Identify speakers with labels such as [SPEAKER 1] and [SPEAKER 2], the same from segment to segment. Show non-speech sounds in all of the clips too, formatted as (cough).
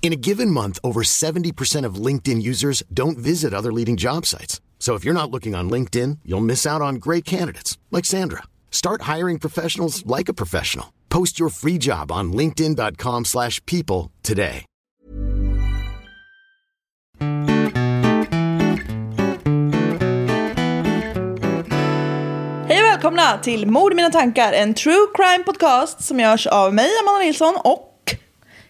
[SPEAKER 1] In a given month, over 70% of LinkedIn users don't visit other leading job sites. So if you're not looking on LinkedIn, you'll miss out on great candidates like Sandra. Start hiring professionals like a professional. Post your free job on linkedin.com/people slash people today.
[SPEAKER 2] Hej och välkomna till Mord i mina tankar, en true crime podcast som görs av mig, Amanda Nilsson och...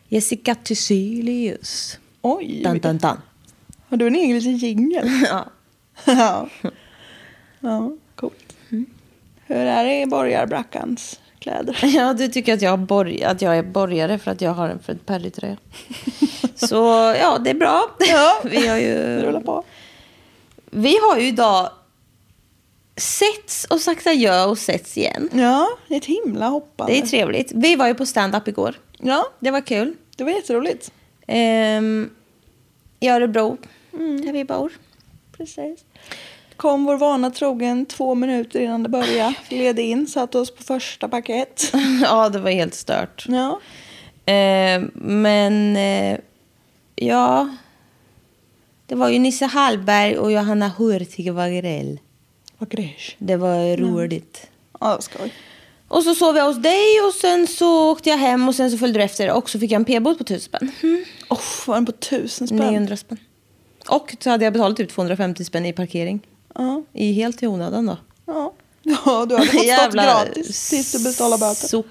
[SPEAKER 3] Jessica Thyselius.
[SPEAKER 2] Oj,
[SPEAKER 3] Dun, dun, dun.
[SPEAKER 2] har du en egen liten
[SPEAKER 3] (laughs)
[SPEAKER 2] jingel?
[SPEAKER 3] Ja.
[SPEAKER 2] ja. ja, coolt.
[SPEAKER 3] Mm.
[SPEAKER 2] Hur är det i borgarbrackans kläder?
[SPEAKER 3] ja, du tycker att jag, borg, att jag är borgare för att jag har en Fred Perry-tröja. Så ja, det är bra.
[SPEAKER 2] Ja.
[SPEAKER 3] (laughs) Vi, har
[SPEAKER 2] Det
[SPEAKER 3] ju,
[SPEAKER 2] rullar på.
[SPEAKER 3] vi har ju idag setts och sagt adjö och setts igen.
[SPEAKER 2] Ja, det är ett himla hoppande.
[SPEAKER 3] Det är trevligt. Vi var ju på stand-up igår.
[SPEAKER 2] Ja,
[SPEAKER 3] Det var kul.
[SPEAKER 2] det var jätteroligt.
[SPEAKER 3] Ehm, I Örebro, Mm, där vi bor.
[SPEAKER 2] Precis. Kom vår vana trogen två minuter innan det började. Gled in, satte oss på första paket.
[SPEAKER 3] (laughs) ja, det var helt stört.
[SPEAKER 2] Ja,
[SPEAKER 3] Eh, men eh, ja, det var ju Nisse Hallberg och Johanna Hurtig Wagrell.
[SPEAKER 2] vad grej.
[SPEAKER 3] Det var roligt.
[SPEAKER 2] Ja, det var skoj.
[SPEAKER 3] Och så sov jag hos dig och sen så åkte jag hem och sen så följde du efter och så fick jag en p-bot på 1000 spänn.
[SPEAKER 2] Oh, var den på tusen spänn?
[SPEAKER 3] 900 spänn. Och så hade jag betalat typ 250 spänn i parkering.
[SPEAKER 2] Ja.
[SPEAKER 3] I helt i onödan då.
[SPEAKER 2] Ja, ja du hade
[SPEAKER 3] (laughs)
[SPEAKER 2] fått stått gratis tills du betalade böter.
[SPEAKER 3] Sop.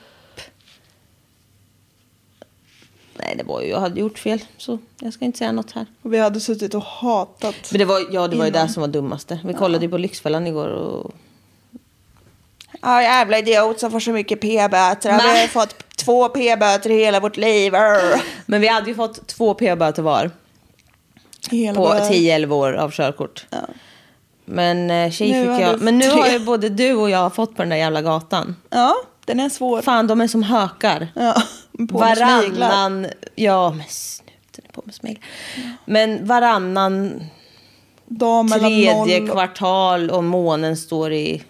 [SPEAKER 3] Nej, det var ju, jag hade gjort fel. Så jag ska inte säga något här.
[SPEAKER 2] Och vi hade suttit och hatat.
[SPEAKER 3] Men det var, ja, det var ju
[SPEAKER 2] Innan.
[SPEAKER 3] det som var dummaste. Vi kollade ju på Lyxfällan igår och...
[SPEAKER 2] Ja, jävla idiot som får så mycket p-böter.
[SPEAKER 3] Nej.
[SPEAKER 2] Vi har fått två p-böter i hela vårt liv. Arr.
[SPEAKER 3] Men vi hade ju fått två p-böter var
[SPEAKER 2] Hela
[SPEAKER 3] på
[SPEAKER 2] våra-
[SPEAKER 3] 10-11 år av körkort.
[SPEAKER 2] Ja.
[SPEAKER 3] Men eh, tjej
[SPEAKER 2] Nu har
[SPEAKER 3] fick
[SPEAKER 2] du
[SPEAKER 3] jag... Men nu
[SPEAKER 2] tre.
[SPEAKER 3] har ju både du och jag fått på den där jävla gatan.
[SPEAKER 2] Ja, den är svår.
[SPEAKER 3] Fan, de är som hökar.
[SPEAKER 2] Ja, på med sniglar.
[SPEAKER 3] varannan... Ja, men snuten är på med smeglar. Men varannan
[SPEAKER 2] Dag mellan
[SPEAKER 3] tredje
[SPEAKER 2] noll och
[SPEAKER 3] kvartal och månen står i...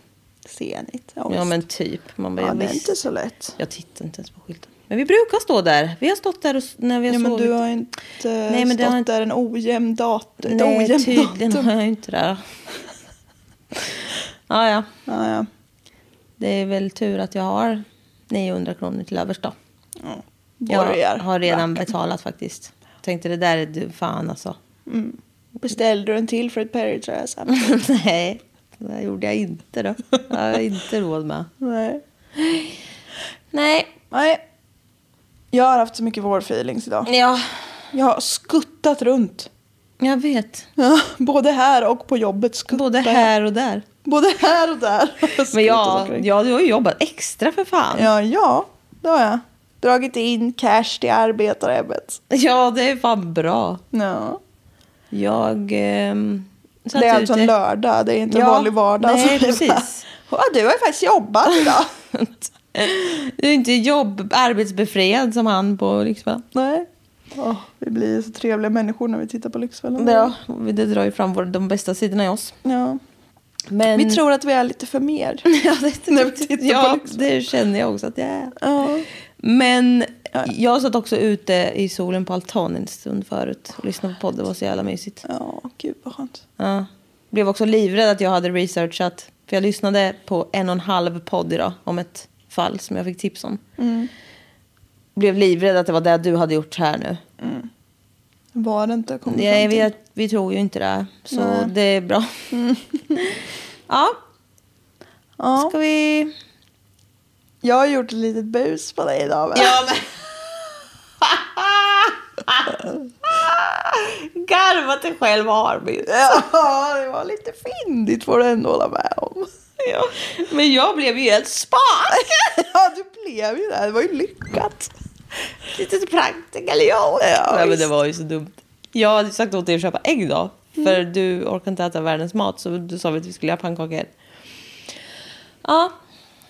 [SPEAKER 2] senigt.
[SPEAKER 3] Ja,
[SPEAKER 2] visst.
[SPEAKER 3] men typ. Man bara,
[SPEAKER 2] ja,
[SPEAKER 3] ja,
[SPEAKER 2] det är
[SPEAKER 3] visst.
[SPEAKER 2] inte så lätt.
[SPEAKER 3] Jag tittar inte ens på skylten. Men vi brukar stå där. Vi har stått där och, s- när vi har
[SPEAKER 2] Ja, men
[SPEAKER 3] sovit.
[SPEAKER 2] du har inte
[SPEAKER 3] Nej, men det
[SPEAKER 2] stått
[SPEAKER 3] har inte-
[SPEAKER 2] där en ojämn datum. Ett
[SPEAKER 3] Nej,
[SPEAKER 2] ojämnt
[SPEAKER 3] tydligen
[SPEAKER 2] datum.
[SPEAKER 3] har jag
[SPEAKER 2] (laughs)
[SPEAKER 3] inte det. ja, ja.
[SPEAKER 2] Ja, ja.
[SPEAKER 3] Det är väl tur att jag har 900 kronor till övers då.
[SPEAKER 2] Ja.
[SPEAKER 3] Jag
[SPEAKER 2] Borgar.
[SPEAKER 3] har redan
[SPEAKER 2] Rackarn.
[SPEAKER 3] betalat faktiskt. Tänkte det där är du fan alltså. (laughs)
[SPEAKER 2] Beställde du en till Fred Perry-tröja sen?
[SPEAKER 3] Nej, det gjorde jag inte då. Jag har inte råd med.
[SPEAKER 2] Nej.
[SPEAKER 3] Nej,
[SPEAKER 2] Nej. Jag har haft så mycket vårfeelings idag.
[SPEAKER 3] ja,
[SPEAKER 2] Jag har skuttat runt.
[SPEAKER 3] jag vet.
[SPEAKER 2] Ja, Både här och på jobbet skuttar
[SPEAKER 3] Både
[SPEAKER 2] jag.
[SPEAKER 3] här och där.
[SPEAKER 2] Både här och där.
[SPEAKER 3] Men
[SPEAKER 2] Skuttat
[SPEAKER 3] jag,
[SPEAKER 2] omkring.
[SPEAKER 3] jag, du har ju jobbat extra för fan.
[SPEAKER 2] Ja, ja, det har jag. Dragit in cash till arbetarhemmet.
[SPEAKER 3] (laughs) Ja, det är fan bra.
[SPEAKER 2] Ja.
[SPEAKER 3] Jag ehm, satt
[SPEAKER 2] Det är alltså en
[SPEAKER 3] ute-
[SPEAKER 2] lördag, det är inte en
[SPEAKER 3] Ja,
[SPEAKER 2] vanlig vardag.
[SPEAKER 3] nej,
[SPEAKER 2] Så det är
[SPEAKER 3] precis.
[SPEAKER 2] bara, "Ja, du har ju faktiskt
[SPEAKER 3] (laughs)
[SPEAKER 2] jobbat idag.
[SPEAKER 3] Du är inte jobb, arbetsbefriad som han på liksom. Lyxfällan.
[SPEAKER 2] nej. Åh, vi blir så trevliga människor när vi tittar på Lyxfällan.
[SPEAKER 3] Ja, det drar ju fram vår, de bästa sidorna i oss.
[SPEAKER 2] Ja.
[SPEAKER 3] Men...
[SPEAKER 2] Vi tror att vi är lite för mer.
[SPEAKER 3] (laughs) ja,
[SPEAKER 2] (laughs)
[SPEAKER 3] det,
[SPEAKER 2] när vi tittar på
[SPEAKER 3] ja,
[SPEAKER 2] Lyxfällan.
[SPEAKER 3] det känner jag också att jag är.
[SPEAKER 2] Ja.
[SPEAKER 3] Men Jag satt också ute i solen på altanen en stund förut och lyssnade på podd. Det var så jävla mysigt.
[SPEAKER 2] Ja, gud vad skönt.
[SPEAKER 3] Ja. Blev också livrädd att jag hade researchat. För jag lyssnade på en och en halv podd idag om ett fall som jag fick tips om. Blev livrädd att det var det du hade gjort här nu.
[SPEAKER 2] Var det inte kommit
[SPEAKER 3] Nej,
[SPEAKER 2] fram till.
[SPEAKER 3] vi, vi tror ju inte det. Så det är bra. (laughs) ja,
[SPEAKER 2] Ja.
[SPEAKER 3] ska vi...
[SPEAKER 2] Jag har gjort ett litet bus på dig idag. va?
[SPEAKER 3] Ja, men... Garvat dig själv Armin.
[SPEAKER 2] ja, det var lite fyndigt får du ändå hålla med om.
[SPEAKER 3] (laughs) Ja. Men jag blev ju helt spak. (laughs)
[SPEAKER 2] ja, du blev ju det. Det var ju lyckat.
[SPEAKER 3] Lite practical jag
[SPEAKER 2] Ja,
[SPEAKER 3] Nej, men
[SPEAKER 2] visst.
[SPEAKER 3] det var ju så dumt. Jag hade sagt åt dig att köpa ägg då.
[SPEAKER 2] Mm.
[SPEAKER 3] För du orkar inte äta världens mat. Så du sa väl att vi skulle göra pannkakor. Ja.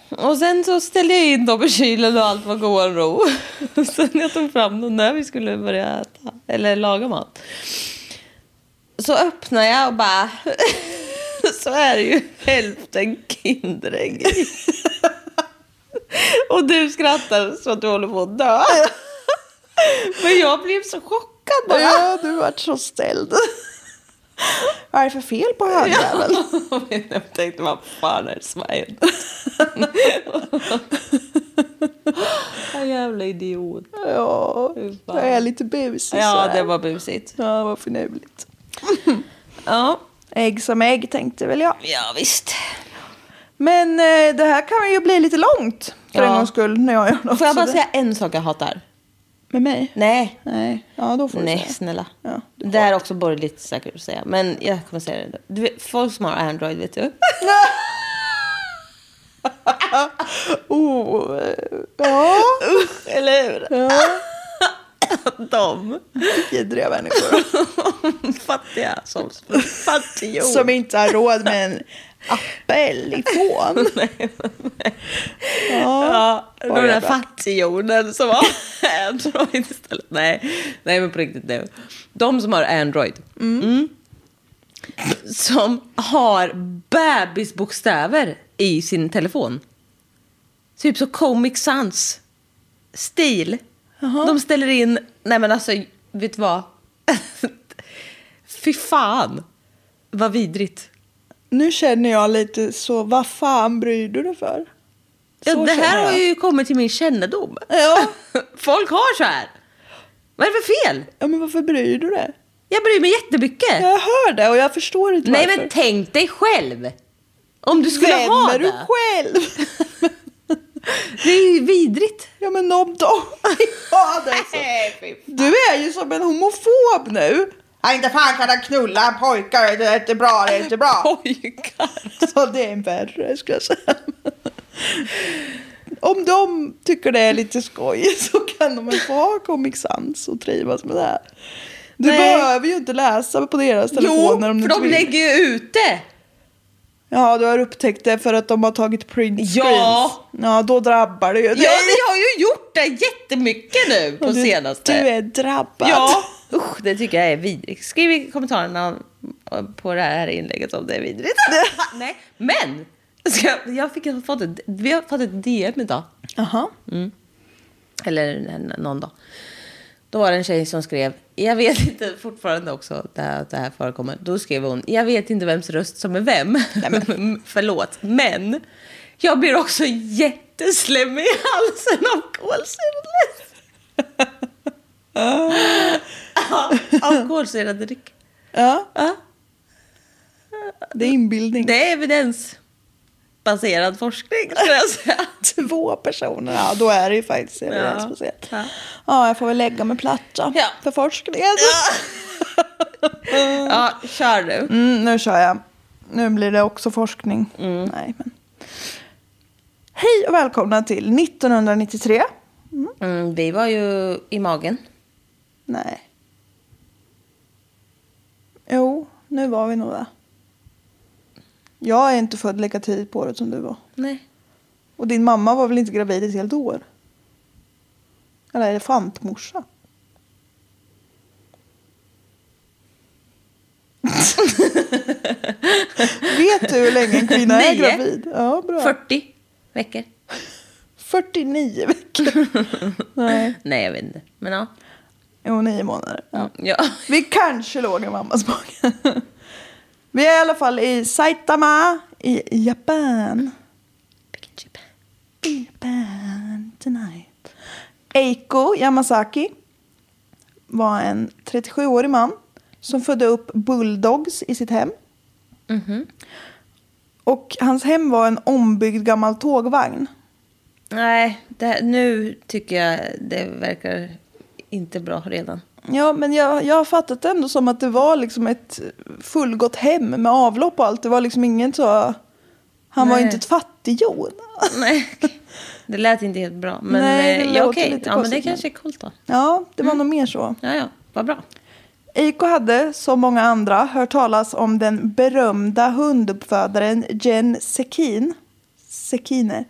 [SPEAKER 3] Och sen så ställde jag in dem i kylen och allt var god ro. (laughs) Och sen jag tog fram dem när vi skulle börja äta. Eller laga mat. Så öppnar jag och bara... (laughs) så är det ju hälften Kinderägg i. (laughs) Och du skrattar så att du håller på att dö. (laughs) Men jag blev så chockad bara.
[SPEAKER 2] Ja, du vart så ställd. Vad är det för fel på högjäveln?
[SPEAKER 3] Men (laughs) jag tänkte, vad fan är det som har (laughs) hänt? En jävla idiot.
[SPEAKER 2] Ja,
[SPEAKER 3] Fy fan.
[SPEAKER 2] jag är lite busig
[SPEAKER 3] Ja,
[SPEAKER 2] sådär.
[SPEAKER 3] det var busigt.
[SPEAKER 2] Ja, det var finurligt.
[SPEAKER 3] Ja,
[SPEAKER 2] Ägg som ägg tänkte väl jag.
[SPEAKER 3] ja visst.
[SPEAKER 2] Men eh, det här kan ju bli lite långt för
[SPEAKER 3] Ja.
[SPEAKER 2] en gångs skull när jag gör något.
[SPEAKER 3] Får jag bara
[SPEAKER 2] sådär.
[SPEAKER 3] säga en sak jag hatar?
[SPEAKER 2] Med mig?
[SPEAKER 3] Nej.
[SPEAKER 2] Nej, ja då får du
[SPEAKER 3] Nej,
[SPEAKER 2] säga.
[SPEAKER 3] snälla.
[SPEAKER 2] Ja, du
[SPEAKER 3] det här är också borgerligt säkert att säga. Men jag kommer säga det. Du vet, folk som har Android, vet du?
[SPEAKER 2] Oh, eh, ja,
[SPEAKER 3] Eller hur? De
[SPEAKER 2] vidriga
[SPEAKER 3] (laughs)
[SPEAKER 2] människor
[SPEAKER 3] fattiga som (laughs) fattiga.
[SPEAKER 2] som inte har råd med en appellifon.
[SPEAKER 3] (laughs) Ja, de
[SPEAKER 2] Oj,
[SPEAKER 3] där
[SPEAKER 2] jävlar.
[SPEAKER 3] fattighjonen
[SPEAKER 2] (laughs)
[SPEAKER 3] som har Android istället. Nej, nej men på riktigt nu. De som har Android. Mm. Som har bebisbokstäver i sin telefon. Typ så Comic Sans. Stil. De ställer in, nej men alltså, vet du vad? (laughs) Fy fan, vad vidrigt.
[SPEAKER 2] Nu känner jag lite så, vad fan bryr du dig för?
[SPEAKER 3] Ja,
[SPEAKER 2] Så
[SPEAKER 3] det
[SPEAKER 2] känner
[SPEAKER 3] här har
[SPEAKER 2] jag.
[SPEAKER 3] ju kommit till min kännedom.
[SPEAKER 2] Ja.
[SPEAKER 3] (laughs) Folk har så här. Vad är det för fel?
[SPEAKER 2] Ja, men varför bryr du dig?
[SPEAKER 3] Jag bryr mig jättemycket.
[SPEAKER 2] Jag hör det och jag förstår inte
[SPEAKER 3] Nej
[SPEAKER 2] varför.
[SPEAKER 3] men tänk dig själv. Om du skulle
[SPEAKER 2] Vem
[SPEAKER 3] ha
[SPEAKER 2] är du
[SPEAKER 3] det.
[SPEAKER 2] själv?
[SPEAKER 3] (laughs) Det är ju vidrigt.
[SPEAKER 2] Ja men om de (laughs) ja, det är så. Du är ju som en homofob nu. Nej inte fan kan han knulla pojkar, det är inte bra, det är inte bra.
[SPEAKER 3] Pojkar.
[SPEAKER 2] (laughs) Så det är en värre skulle jag säga. Om de tycker det är lite skoj (laughs) så kan de väl få ha Comic Sans och trivas med det. här. Du
[SPEAKER 3] Nej.
[SPEAKER 2] behöver ju inte läsa på deras
[SPEAKER 3] Jo,
[SPEAKER 2] telefoner om
[SPEAKER 3] för
[SPEAKER 2] du inte
[SPEAKER 3] de
[SPEAKER 2] vill.
[SPEAKER 3] lägger ju ut det.
[SPEAKER 2] Ja, du har upptäckt det för att de har tagit print
[SPEAKER 3] Ja.
[SPEAKER 2] screens. Ja, då drabbar det ju dig.
[SPEAKER 3] Ja, ni har ju gjort det jättemycket nu på
[SPEAKER 2] du,
[SPEAKER 3] senaste.
[SPEAKER 2] Du är drabbad.
[SPEAKER 3] Ja, usch, det tycker jag är vidrigt. Skriv i kommentarerna om- på det här inlägget om det är vidrigt. Nej, men! Ska, jag- jag fick, jag fått ett, vi har fått ett DM idag.
[SPEAKER 2] Jaha.
[SPEAKER 3] Eller en- någon dag. Då var det en tjej som skrev, jag vet inte fortfarande också att det här, att det här förekommer. Då skrev hon, jag vet inte vems röst som är vem. (laughs) Mm, Förlåt, men jag blir också jätteslemmig i halsen av kolsyrat. Ja, av kolsyrad dryck.
[SPEAKER 2] Ja,
[SPEAKER 3] Ja,
[SPEAKER 2] det är inbildning.
[SPEAKER 3] det är evidensbaserad forskning skulle jag säga.
[SPEAKER 2] Två personer. Ja, då är det ju faktiskt det
[SPEAKER 3] Ja.
[SPEAKER 2] ja. speciellt.
[SPEAKER 3] Ja.
[SPEAKER 2] Ja. ja, jag får väl lägga mig platt då.
[SPEAKER 3] Ja.
[SPEAKER 2] För forskningen.
[SPEAKER 3] Ja, kör du.
[SPEAKER 2] Mm, nu kör jag. Nu blir det också forskning.
[SPEAKER 3] Mm.
[SPEAKER 2] Nej, men. Hej och välkomna till 1993.
[SPEAKER 3] Mm, vi var ju i magen.
[SPEAKER 2] Nej. Jo, nu var vi nog där. Jag är inte född lika tidigt på året som du var.
[SPEAKER 3] Nej.
[SPEAKER 2] Och din mamma var väl inte gravid i ett helt år? Eller (laughs) elefantmorsa? Vet du hur länge en kvinna är
[SPEAKER 3] Nio.
[SPEAKER 2] gravid? Ja, bra.
[SPEAKER 3] 40 veckor.
[SPEAKER 2] 49 veckor. Nej.
[SPEAKER 3] Nej, jag vet inte. Men ja.
[SPEAKER 2] Jo, nio månader. Ja.
[SPEAKER 3] ja.
[SPEAKER 2] (laughs) Vi kanske låg i mammas mage. (laughs) Vi är i alla fall i Saitama i Japan. I Japan tonight. Eiko Yamasaki var en 37-årig man som födde upp bulldogs i sitt hem. Och hans hem var en ombyggd gammal tågvagn.
[SPEAKER 3] Nej, det här, nu tycker jag det verkar inte bra redan.
[SPEAKER 2] Ja, men jag, jag har fattat det ändå som att det var liksom ett fullgott hem med avlopp och allt. Det var liksom ingen så... Han var
[SPEAKER 3] Nej.
[SPEAKER 2] ju inte ett fattighjon.
[SPEAKER 3] Nej, okej. det lät inte helt bra. Men,
[SPEAKER 2] Nej, det
[SPEAKER 3] eh, ja,
[SPEAKER 2] låter
[SPEAKER 3] okej.
[SPEAKER 2] lite
[SPEAKER 3] Ja, men det
[SPEAKER 2] konstigt, men-
[SPEAKER 3] kanske är coolt då.
[SPEAKER 2] Ja, det var nog mer så.
[SPEAKER 3] Ja, ja, vad bra.
[SPEAKER 2] Eiko hade, som många andra, hört talas om den berömda hunduppfödaren Jen Sekin, Sekine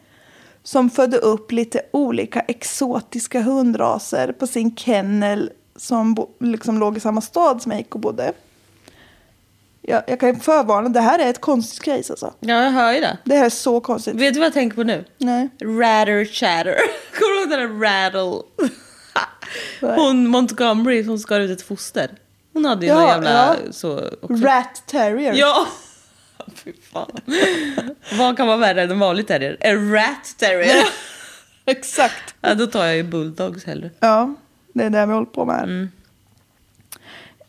[SPEAKER 2] som födde upp lite olika exotiska hundraser på sin kennel som bo, liksom låg i samma stad som Eiko bodde. Jag, jag kan förvarna, det här är ett konstigt case alltså.
[SPEAKER 3] Ja, jag hör ju det.
[SPEAKER 2] Det här är så konstigt.
[SPEAKER 3] Vet du vad jag tänker på nu?
[SPEAKER 2] Nej.
[SPEAKER 3] Ratter chatter. (laughs) Kommer du ihåg den där rattle?
[SPEAKER 2] (laughs)
[SPEAKER 3] Hon Montgomery som skar ut ett foster. Hon hade ju
[SPEAKER 2] Ja,
[SPEAKER 3] någon jävla
[SPEAKER 2] ja.
[SPEAKER 3] så också.
[SPEAKER 2] Rat terrier.
[SPEAKER 3] Ja! (laughs) Fy fan. vad kan vara värre än en vanlig terrier? En rat terrier.
[SPEAKER 2] (laughs) Exakt.
[SPEAKER 3] (laughs) ja, då tar jag ju bulldogs hellre.
[SPEAKER 2] Ja, det är det vi håller på med. här.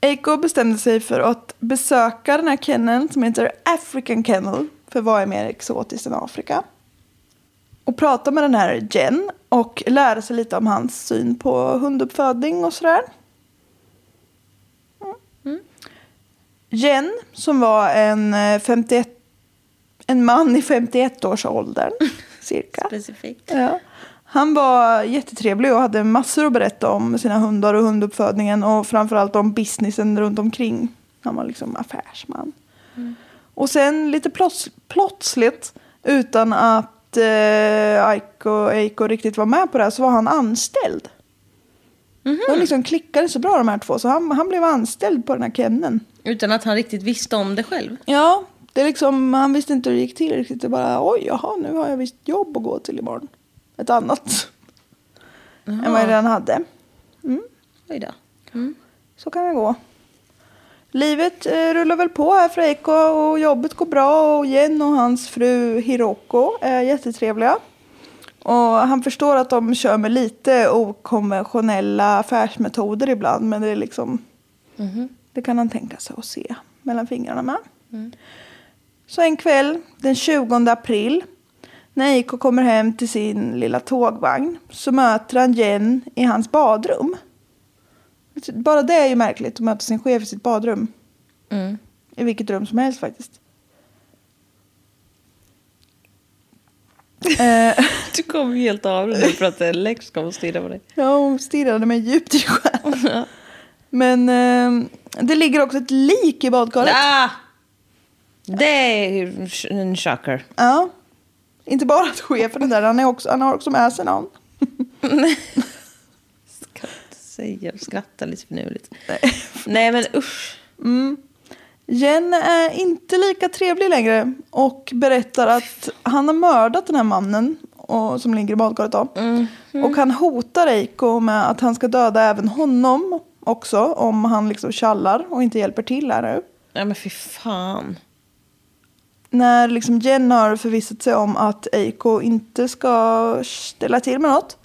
[SPEAKER 2] Eiko bestämde sig för att besöka den här kenneln som heter African Kennel. För vad är mer exotiskt än Afrika? Och prata med den här Jen och lära sig lite om hans syn på hunduppfödning och sådär. Mm. Jen, som var en, eh, 51, en man i 51-årsåldern, cirka.
[SPEAKER 3] Specifikt.
[SPEAKER 2] Ja. Han var jättetrevlig och hade massor att berätta om sina hundar och hunduppfödningen och framförallt om businessen runt omkring. Han var liksom affärsman. Mm. Och sen lite plåts- plötsligt, utan att eh, Aiko, Eiko riktigt var med på det här, så var han anställd. De liksom klickade så bra de här två, så han, han blev anställd på den här kenneln.
[SPEAKER 3] Utan att han riktigt visste om det själv.
[SPEAKER 2] Ja, det är liksom, han visste inte hur det gick till riktigt. Det bara, oj, jaha, nu har jag visst jobb att gå till imorgon. Ett annat än vad jag redan hade.
[SPEAKER 3] Oj då. Mm.
[SPEAKER 2] Så kan det gå. Livet eh, rullar väl på här för Eiko och jobbet går bra och Jen och hans fru Hiroko är jättetrevliga. Och han förstår att de kör med lite okonventionella affärsmetoder ibland men det är liksom det kan han tänka sig att se mellan fingrarna med. Så en kväll den 20 april när Eiko kommer hem till sin lilla tågvagn så möter han Jen i hans badrum. Bara det är ju märkligt att möta sin chef i sitt badrum. I vilket rum som helst faktiskt. Eh,
[SPEAKER 3] Du kom ju helt av dig nu för att Lex kom och stirrade på dig.
[SPEAKER 2] (laughs) ja, hon stirrade mig djupt i själen. Men eh, det ligger också ett lik i badkaret.
[SPEAKER 3] Ah! Det är en shocker.
[SPEAKER 2] Ja. Inte bara att chefen är där, han, är också, han har också med sig någon.
[SPEAKER 3] Kan inte säga och skratta lite finurligt. Nej. men usch.
[SPEAKER 2] Mm. Jen är inte lika trevlig längre och berättar att han har mördat den här mannen och, som ligger i badkaret då. Och han hotar Eiko med att han ska döda även honom också om han liksom tjallar och inte hjälper till här nu.
[SPEAKER 3] Ja men fy fan.
[SPEAKER 2] När liksom Jen har förvissat sig om att Eiko inte ska ställa till med något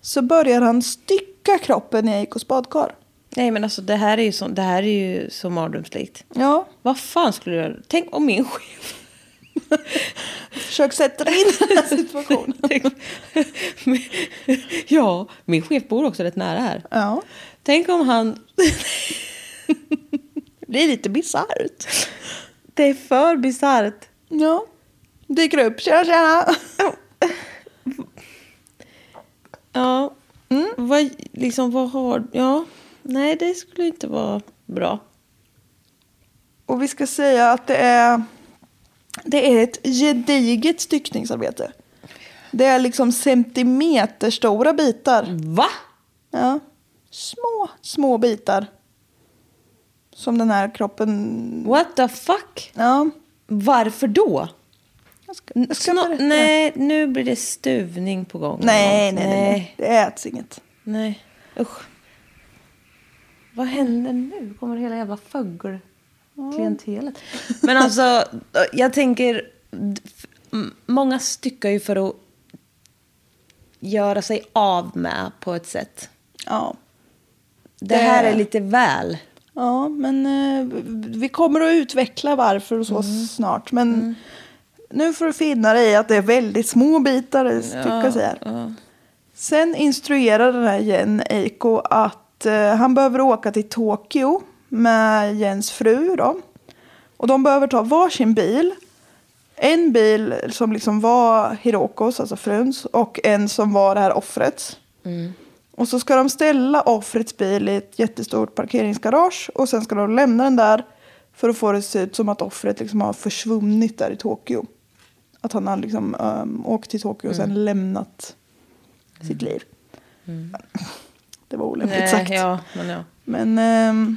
[SPEAKER 2] så börjar han stycka kroppen i Eikos badkar.
[SPEAKER 3] Nej men alltså det här är ju så, det här är ju så mardrömslikt.
[SPEAKER 2] Ja,
[SPEAKER 3] Vad fan skulle jag Tänk om min chef...
[SPEAKER 2] försök sätta dig in i (laughs) den här situationen.
[SPEAKER 3] (laughs) Tänk, ja, min chef bor också rätt nära här.
[SPEAKER 2] Ja.
[SPEAKER 3] Tänk om han... (laughs)
[SPEAKER 2] Det är lite bisarrt.
[SPEAKER 3] Det är för bisarrt.
[SPEAKER 2] Ja. Dyker upp. Tjena, tjena.
[SPEAKER 3] Ja. mm, Vad, liksom, vad har... Ja. Nej, det skulle inte vara bra.
[SPEAKER 2] Och vi ska säga att det är, det är ett gediget styckningsarbete. Det är liksom centimeterstora bitar.
[SPEAKER 3] Va?
[SPEAKER 2] Ja. Små, små bitar. Som den här kroppen...
[SPEAKER 3] What the fuck?
[SPEAKER 2] Ja.
[SPEAKER 3] Varför då?
[SPEAKER 2] Jag ska, jag ska
[SPEAKER 3] Snå-
[SPEAKER 2] berätta.
[SPEAKER 3] nej, nu blir det stuvning på gång.
[SPEAKER 2] Nej, nej, nej, nej. Det äts inget.
[SPEAKER 3] Nej. Usch. Vad händer nu? Kommer hela jävla fågelklientelet? Men alltså, jag tänker... m- Många styckar ju för att göra sig av med på ett sätt.
[SPEAKER 2] Ja.
[SPEAKER 3] Det här är lite väl.
[SPEAKER 2] Ja, men eh, vi kommer att utveckla varför och så snart. Men nu får du finna dig i att det är väldigt små bitar det styckas i här. Sen instruerar den här Jen Eiko att eh, han behöver åka till Tokyo med Jens fru. Då. Och de behöver ta varsin bil. En bil som liksom var Hirokos, alltså fruns, och en som var det här offrets. Och så ska de ställa offrets bil i ett jättestort parkeringsgarage och sen ska de lämna den där för att få det att se ut som att offret liksom har försvunnit där i Tokyo. Att han har liksom, ehm, åkt till Tokyo och sen lämnat sitt liv. (laughs) Det var olämpligt sagt.
[SPEAKER 3] ja, men ja.
[SPEAKER 2] Men, ehm,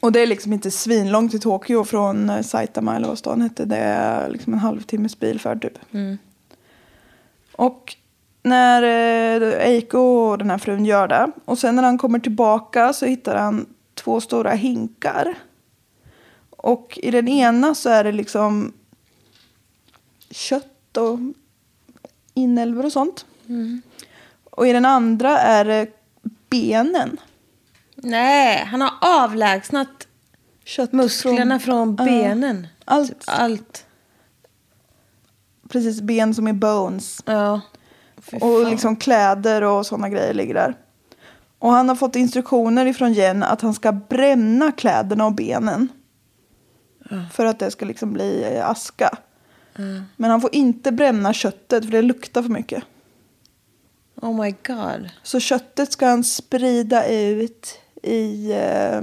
[SPEAKER 2] och det är liksom inte svinlångt till Tokyo från eh, Saitama eller vad stan hette. Det är liksom en halvtimmes bilfärd typ. Och när eh, Eiko och den här frun gör det och sen när han kommer tillbaka så hittar han två stora hinkar. Och i den ena så är det liksom kött och inälvor och sånt. Och i den andra är det benen.
[SPEAKER 3] Nej, han har avlägsnat
[SPEAKER 2] Kött
[SPEAKER 3] musklerna från,
[SPEAKER 2] ja.
[SPEAKER 3] benen.
[SPEAKER 2] allt.
[SPEAKER 3] Typ allt.
[SPEAKER 2] Precis, ben som är bones.
[SPEAKER 3] Ja. Fy
[SPEAKER 2] Och
[SPEAKER 3] fan.
[SPEAKER 2] liksom kläder och sådana grejer ligger där. Och han har fått instruktioner ifrån Jen att han ska bränna kläderna och benen. För att det ska liksom bli eh, aska. Men han får inte bränna köttet för det luktar för mycket.
[SPEAKER 3] Oh my god.
[SPEAKER 2] Så köttet ska han sprida ut i, eh,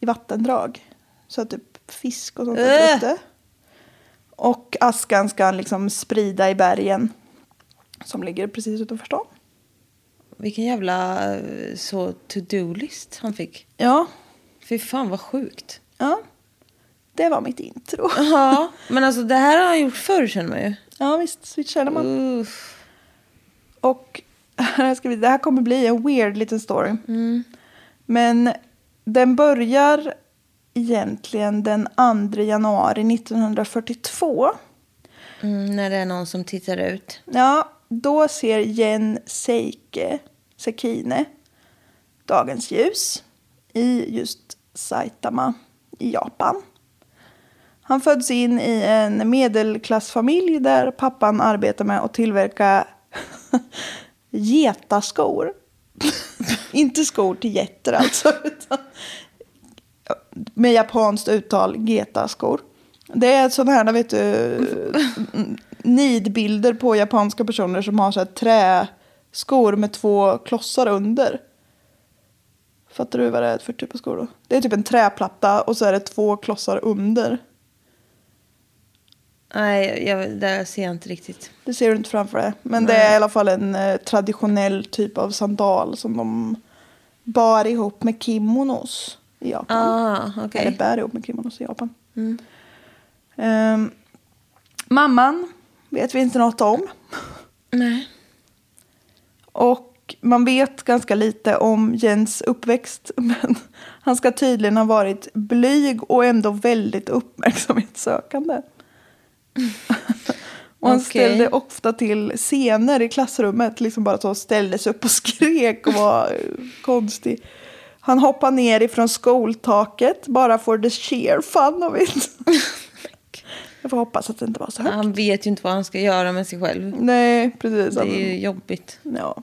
[SPEAKER 2] i vattendrag. Så att typ fisk och sånt äh.
[SPEAKER 3] Äh.
[SPEAKER 2] är ute. Och askan ska han liksom sprida i bergen. Som ligger precis utanför stan.
[SPEAKER 3] Vilken jävla eh, så to-do-list han fick.
[SPEAKER 2] Ja,
[SPEAKER 3] Fy fan vad sjukt.
[SPEAKER 2] ja. Det var mitt intro.
[SPEAKER 3] Ja, men alltså det här har han gjort förr känner man ju.
[SPEAKER 2] (laughs) ja visst, switchade man.
[SPEAKER 3] Uff.
[SPEAKER 2] Och (laughs) här ska vi, det här kommer bli en weird liten story. Men den börjar egentligen den 2 januari 1942.
[SPEAKER 3] Mm, när det är någon som tittar ut.
[SPEAKER 2] Ja, då ser Jen Seike, Sekine dagens ljus i just Saitama i Japan. Han föds in i en medelklassfamilj där pappan arbetar med att tillverka (laughs) getaskor. (laughs) Inte skor till getter alltså, (laughs) utan med japanskt uttal getaskor. Det är sådana här, vet du, nidbilder på japanska personer som har så här träskor med två klossar under. Fattar du vad det är för typ av skor då? Det är typ en träplatta och så är det två klossar under.
[SPEAKER 3] Nej, jag, det här ser jag inte riktigt.
[SPEAKER 2] Det ser du inte framför dig. Men det är i alla fall en eh, traditionell typ av sandal som de bar ihop med kimonos i Japan.
[SPEAKER 3] Ah, okej. Mm.
[SPEAKER 2] Eller bär ihop med kimonos i Japan. Ehm, mamman vet vi inte något om.
[SPEAKER 3] Nej.
[SPEAKER 2] Och man vet ganska lite om Jens uppväxt. (laughs) Men han ska tydligen ha varit blyg och ändå väldigt uppmärksamhetssökande. och han
[SPEAKER 3] Okej.
[SPEAKER 2] ställde ofta till scener i klassrummet. Liksom bara så ställde sig upp och skrek och var eh, konstig. Han hoppade ner ifrån skoltaket bara for the sheer fun of
[SPEAKER 3] (laughs)
[SPEAKER 2] it. Jag får hoppas att det inte var så högt.
[SPEAKER 3] Han vet ju inte vad han ska göra med sig själv.
[SPEAKER 2] Nej, precis.
[SPEAKER 3] Det är ju jobbigt.
[SPEAKER 2] Ja.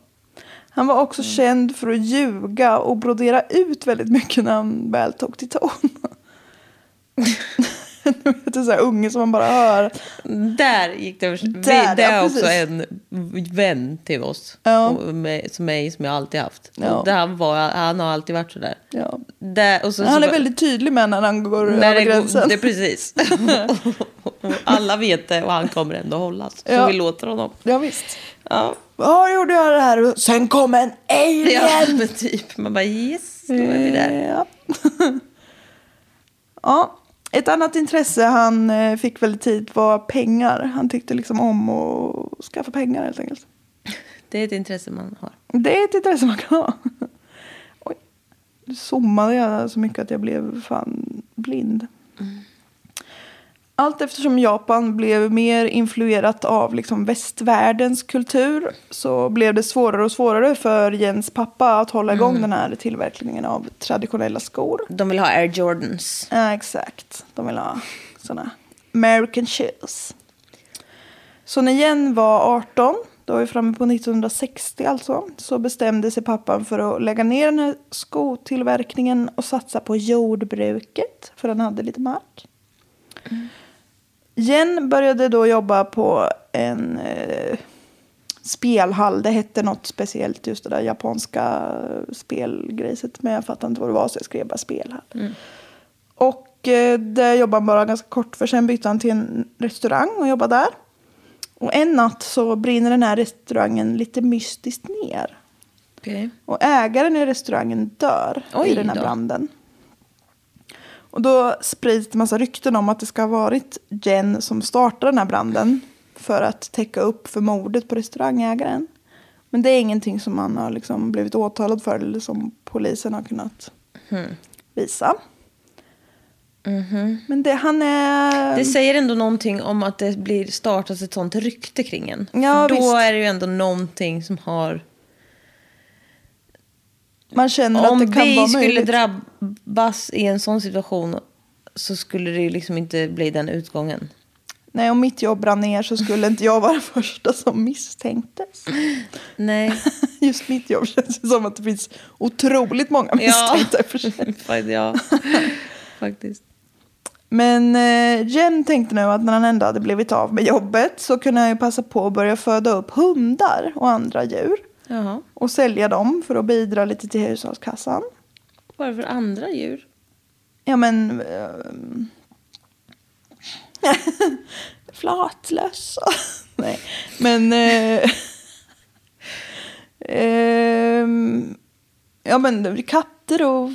[SPEAKER 2] Han var också
[SPEAKER 3] Mm.
[SPEAKER 2] känd för att ljuga och brodera ut väldigt mycket när han väl tog till ton. (laughs) Nu vet du, så här unge som man bara hör.
[SPEAKER 3] Där gick det över. Vi-
[SPEAKER 2] Där,
[SPEAKER 3] Det
[SPEAKER 2] ja,
[SPEAKER 3] är också en
[SPEAKER 2] precis.
[SPEAKER 3] vän till oss.
[SPEAKER 2] Ja.
[SPEAKER 3] Och med, som mig, som jag alltid haft.
[SPEAKER 2] Ja.
[SPEAKER 3] Och det han, var, han har alltid varit sådär.
[SPEAKER 2] Ja.
[SPEAKER 3] Där, och så,
[SPEAKER 2] Han
[SPEAKER 3] så
[SPEAKER 2] är
[SPEAKER 3] bara-
[SPEAKER 2] väldigt tydlig med när han går över
[SPEAKER 3] det går-
[SPEAKER 2] gränsen.
[SPEAKER 3] Det, är precis. Och (laughs) Alla vet det och han kommer ändå hållas. Så
[SPEAKER 2] Ja.
[SPEAKER 3] vi låter honom.
[SPEAKER 2] Ja, visst.
[SPEAKER 3] Ja,
[SPEAKER 2] Ja, gjorde jag det här och sen kom en alien!
[SPEAKER 3] ja
[SPEAKER 2] (laughs)
[SPEAKER 3] men typ. Man bara yes, då är vi där.
[SPEAKER 2] Ja. ja. Ett annat intresse han eh, fick väldigt tidigt var pengar. Han tyckte liksom om att skaffa pengar helt enkelt.
[SPEAKER 3] Det är ett intresse man har.
[SPEAKER 2] Det är ett intresse man kan ha. Oj, nu zoomade jag så mycket att jag blev fan blind. Allt eftersom Japan blev mer influerat av liksom västvärldens kultur så blev det svårare och svårare för Jens pappa att hålla igång den här tillverkningen av traditionella skor.
[SPEAKER 3] De vill ha Air Jordans.
[SPEAKER 2] Ja, exakt. De vill ha sådana American shoes. Så när Jen var 18, då var vi framme på 1960 alltså, så bestämde sig pappan för att lägga ner den här skotillverkningen och satsa på jordbruket, för han hade lite mark. Jen började då jobba på en eh, spelhall. Det hette något speciellt, just det där japanska eh, spelgrejset. Men jag fattade inte vad det var, så jag skrev bara spelhall. Och eh, där jobbade han bara ganska kort, för sen bytte han till en restaurang och jobbade där. Och en natt så brinner den här restaurangen lite mystiskt ner.
[SPEAKER 3] Okej.
[SPEAKER 2] Och ägaren i restaurangen dör
[SPEAKER 3] Oj
[SPEAKER 2] i den här
[SPEAKER 3] då.
[SPEAKER 2] branden. Och då sprids det massa rykten om att det ska ha varit Jen som startade den här branden för att täcka upp för mordet på restaurangägaren. Men det är ingenting som man har liksom blivit åtalad för eller som polisen har kunnat
[SPEAKER 3] Hmm.
[SPEAKER 2] visa. Men det, han är...
[SPEAKER 3] Mhm. Det säger ändå någonting om att det blir startas ett sånt rykte kring en.
[SPEAKER 2] Ja,
[SPEAKER 3] För då
[SPEAKER 2] visst.
[SPEAKER 3] är det ju ändå någonting som har...
[SPEAKER 2] man känner att
[SPEAKER 3] Om
[SPEAKER 2] det kan
[SPEAKER 3] vi
[SPEAKER 2] vara
[SPEAKER 3] skulle
[SPEAKER 2] möjligt.
[SPEAKER 3] drabbas i en sån situation så skulle det ju liksom inte bli den utgången.
[SPEAKER 2] Nej, om mitt jobb brann ner så skulle inte jag vara (laughs) första som misstänktes.
[SPEAKER 3] (laughs) Nej.
[SPEAKER 2] (laughs) Just mitt jobb känns det som att det finns otroligt många misstänkta. i och för
[SPEAKER 3] (laughs)
[SPEAKER 2] sig.
[SPEAKER 3] Fakt- ja. Faktiskt.
[SPEAKER 2] Men eh, Jen tänkte nu att när han ändå hade blivit av med jobbet så kunde han ju passa på att börja föda upp hundar och andra djur.
[SPEAKER 3] Jaha.
[SPEAKER 2] Och sälja dem för att bidra lite till hushållskassan.
[SPEAKER 3] Vad är det för andra djur?
[SPEAKER 2] Ja men...
[SPEAKER 3] eh, (laughs)
[SPEAKER 2] ehm, flatlöss. (laughs) Nej. Men... eh, ehm, ja men katter och...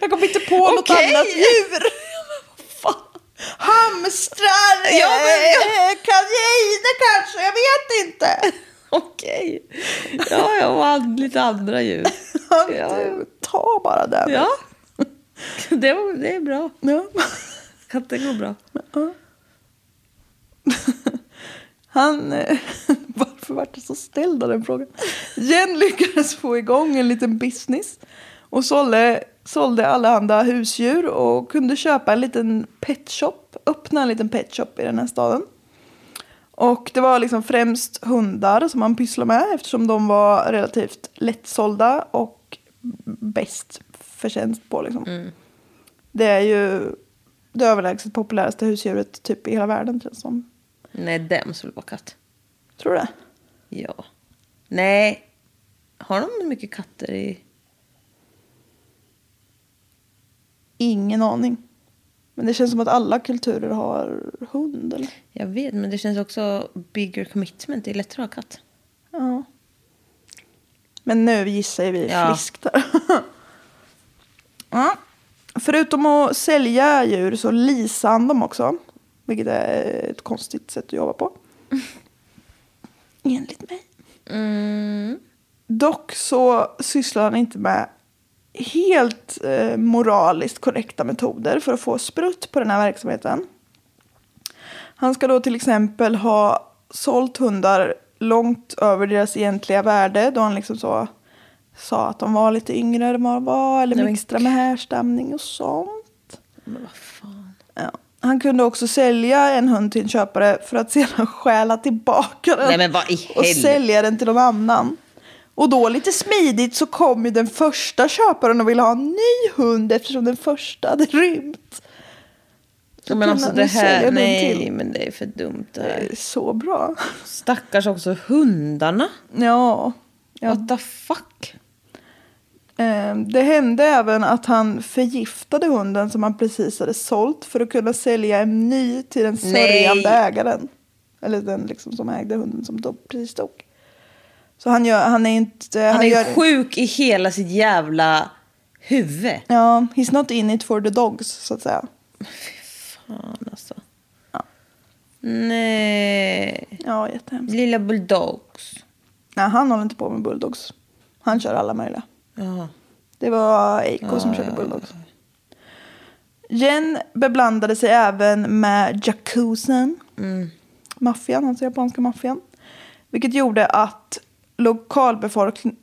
[SPEAKER 2] Jag kom inte på något
[SPEAKER 3] Okej.
[SPEAKER 2] annat djur. Ja, men vad fan. Hamstrar,
[SPEAKER 3] Ja, men jag-
[SPEAKER 2] eh, kaniner kanske, jag vet inte.
[SPEAKER 3] (laughs) Okej. Ja, jag var lite andra djur. (laughs) Ja.
[SPEAKER 2] Ta bara den.
[SPEAKER 3] Ja. Det, var, det är bra.
[SPEAKER 2] Ja.
[SPEAKER 3] Katten går bra.
[SPEAKER 2] Han... eh, (laughs) Varför vart det så ställd av den frågan? Jen lyckades få igång en liten business och sålde, sålde allehanda husdjur och kunde köpa en liten petshop, öppna en liten petshop i den här staden. Och det var liksom främst hundar som han pysslade med eftersom de var relativt lättsålda och bäst förtjänst på liksom. Det är ju det överlägset populäraste husdjuret typ i hela världen känns det som.
[SPEAKER 3] Nej, dem skulle vara katt.
[SPEAKER 2] Tror du det?
[SPEAKER 3] Ja. Nej. Har de mycket katter i...
[SPEAKER 2] Ingen aning. Men det känns som att alla kulturer har hund. Eller?
[SPEAKER 3] Jag vet, men det känns också bigger commitment. Det är lättare att ha katt.
[SPEAKER 2] Ja. Men nu gissar ju vi
[SPEAKER 3] Ja.
[SPEAKER 2] friskt. där. ja. Förutom att sälja djur så leasade han dem också. Vilket är ett konstigt sätt att jobba på. Enligt mig. Dock så sysslar han inte med helt eh, moraliskt korrekta metoder för att få sprutt på den här verksamheten. Han ska då till exempel ha sålt hundar långt över deras egentliga värde då han liksom så sa att de var lite yngre än vad de var eller
[SPEAKER 3] Nej, men
[SPEAKER 2] mixtra med härstamning och sånt.
[SPEAKER 3] Men vad fan.
[SPEAKER 2] Ja. Han kunde också sälja en hund till en köpare för att sedan (laughs) stjäla tillbaka den
[SPEAKER 3] Nej, men vad i
[SPEAKER 2] och
[SPEAKER 3] helvete?
[SPEAKER 2] sälja den till någon annan. Och då lite smidigt så kom ju den första köparen och ville ha en ny hund eftersom den första hade rymt. Så
[SPEAKER 3] men
[SPEAKER 2] kunde
[SPEAKER 3] alltså
[SPEAKER 2] han
[SPEAKER 3] det
[SPEAKER 2] ju sälja
[SPEAKER 3] här...
[SPEAKER 2] den
[SPEAKER 3] Nej,
[SPEAKER 2] till.
[SPEAKER 3] men det är för dumt det
[SPEAKER 2] Det
[SPEAKER 3] här.
[SPEAKER 2] är så bra. (laughs)
[SPEAKER 3] Stackars också hundarna.
[SPEAKER 2] Ja. ja.
[SPEAKER 3] What the fuck?
[SPEAKER 2] Eh, Det hände även att han förgiftade hunden som han precis hade sålt för att kunna sälja en ny till den sörjande
[SPEAKER 3] Nej.
[SPEAKER 2] ägaren. Eller den liksom som ägde hunden som då precis dog. Så han, gör, han är inte...
[SPEAKER 3] Han är
[SPEAKER 2] gör,
[SPEAKER 3] ju sjuk i hela sitt jävla huvud.
[SPEAKER 2] Ja, he's not in it for the dogs, så att säga.
[SPEAKER 3] Fan alltså. Nej.
[SPEAKER 2] Ja, jättehemskt.
[SPEAKER 3] Lilla bulldogs.
[SPEAKER 2] Nej, han håller inte på med bulldogs. Han kör alla möjliga.
[SPEAKER 3] Ja.
[SPEAKER 2] Det var Eiko som körde bulldogs. Jen beblandade sig även med jacuzzin. Maffian, alltså japanska maffian. Vilket gjorde att lokalbefolkning...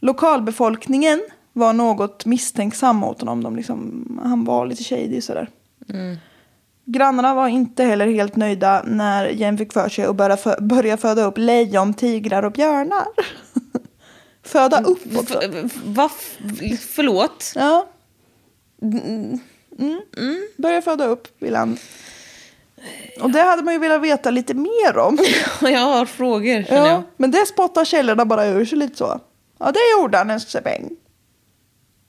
[SPEAKER 2] lokalbefolkningen var något misstänksam mot honom. De liksom, han var lite shady sådär. Grannarna var inte heller helt nöjda när Jen fick för sig att börja, fö- börja föda upp lejon, tigrar och björnar. (laughs) föda upp också.
[SPEAKER 3] Vad? Förlåt? (laughs)
[SPEAKER 2] Ja. Mm. Börja föda upp, vill han. Och det hade man ju velat veta lite mer om.
[SPEAKER 3] Jag har frågor känner
[SPEAKER 2] (laughs) Ja,
[SPEAKER 3] jag.
[SPEAKER 2] men det spottar källorna bara ur sig lite så. Ja, det gjorde han en sväng.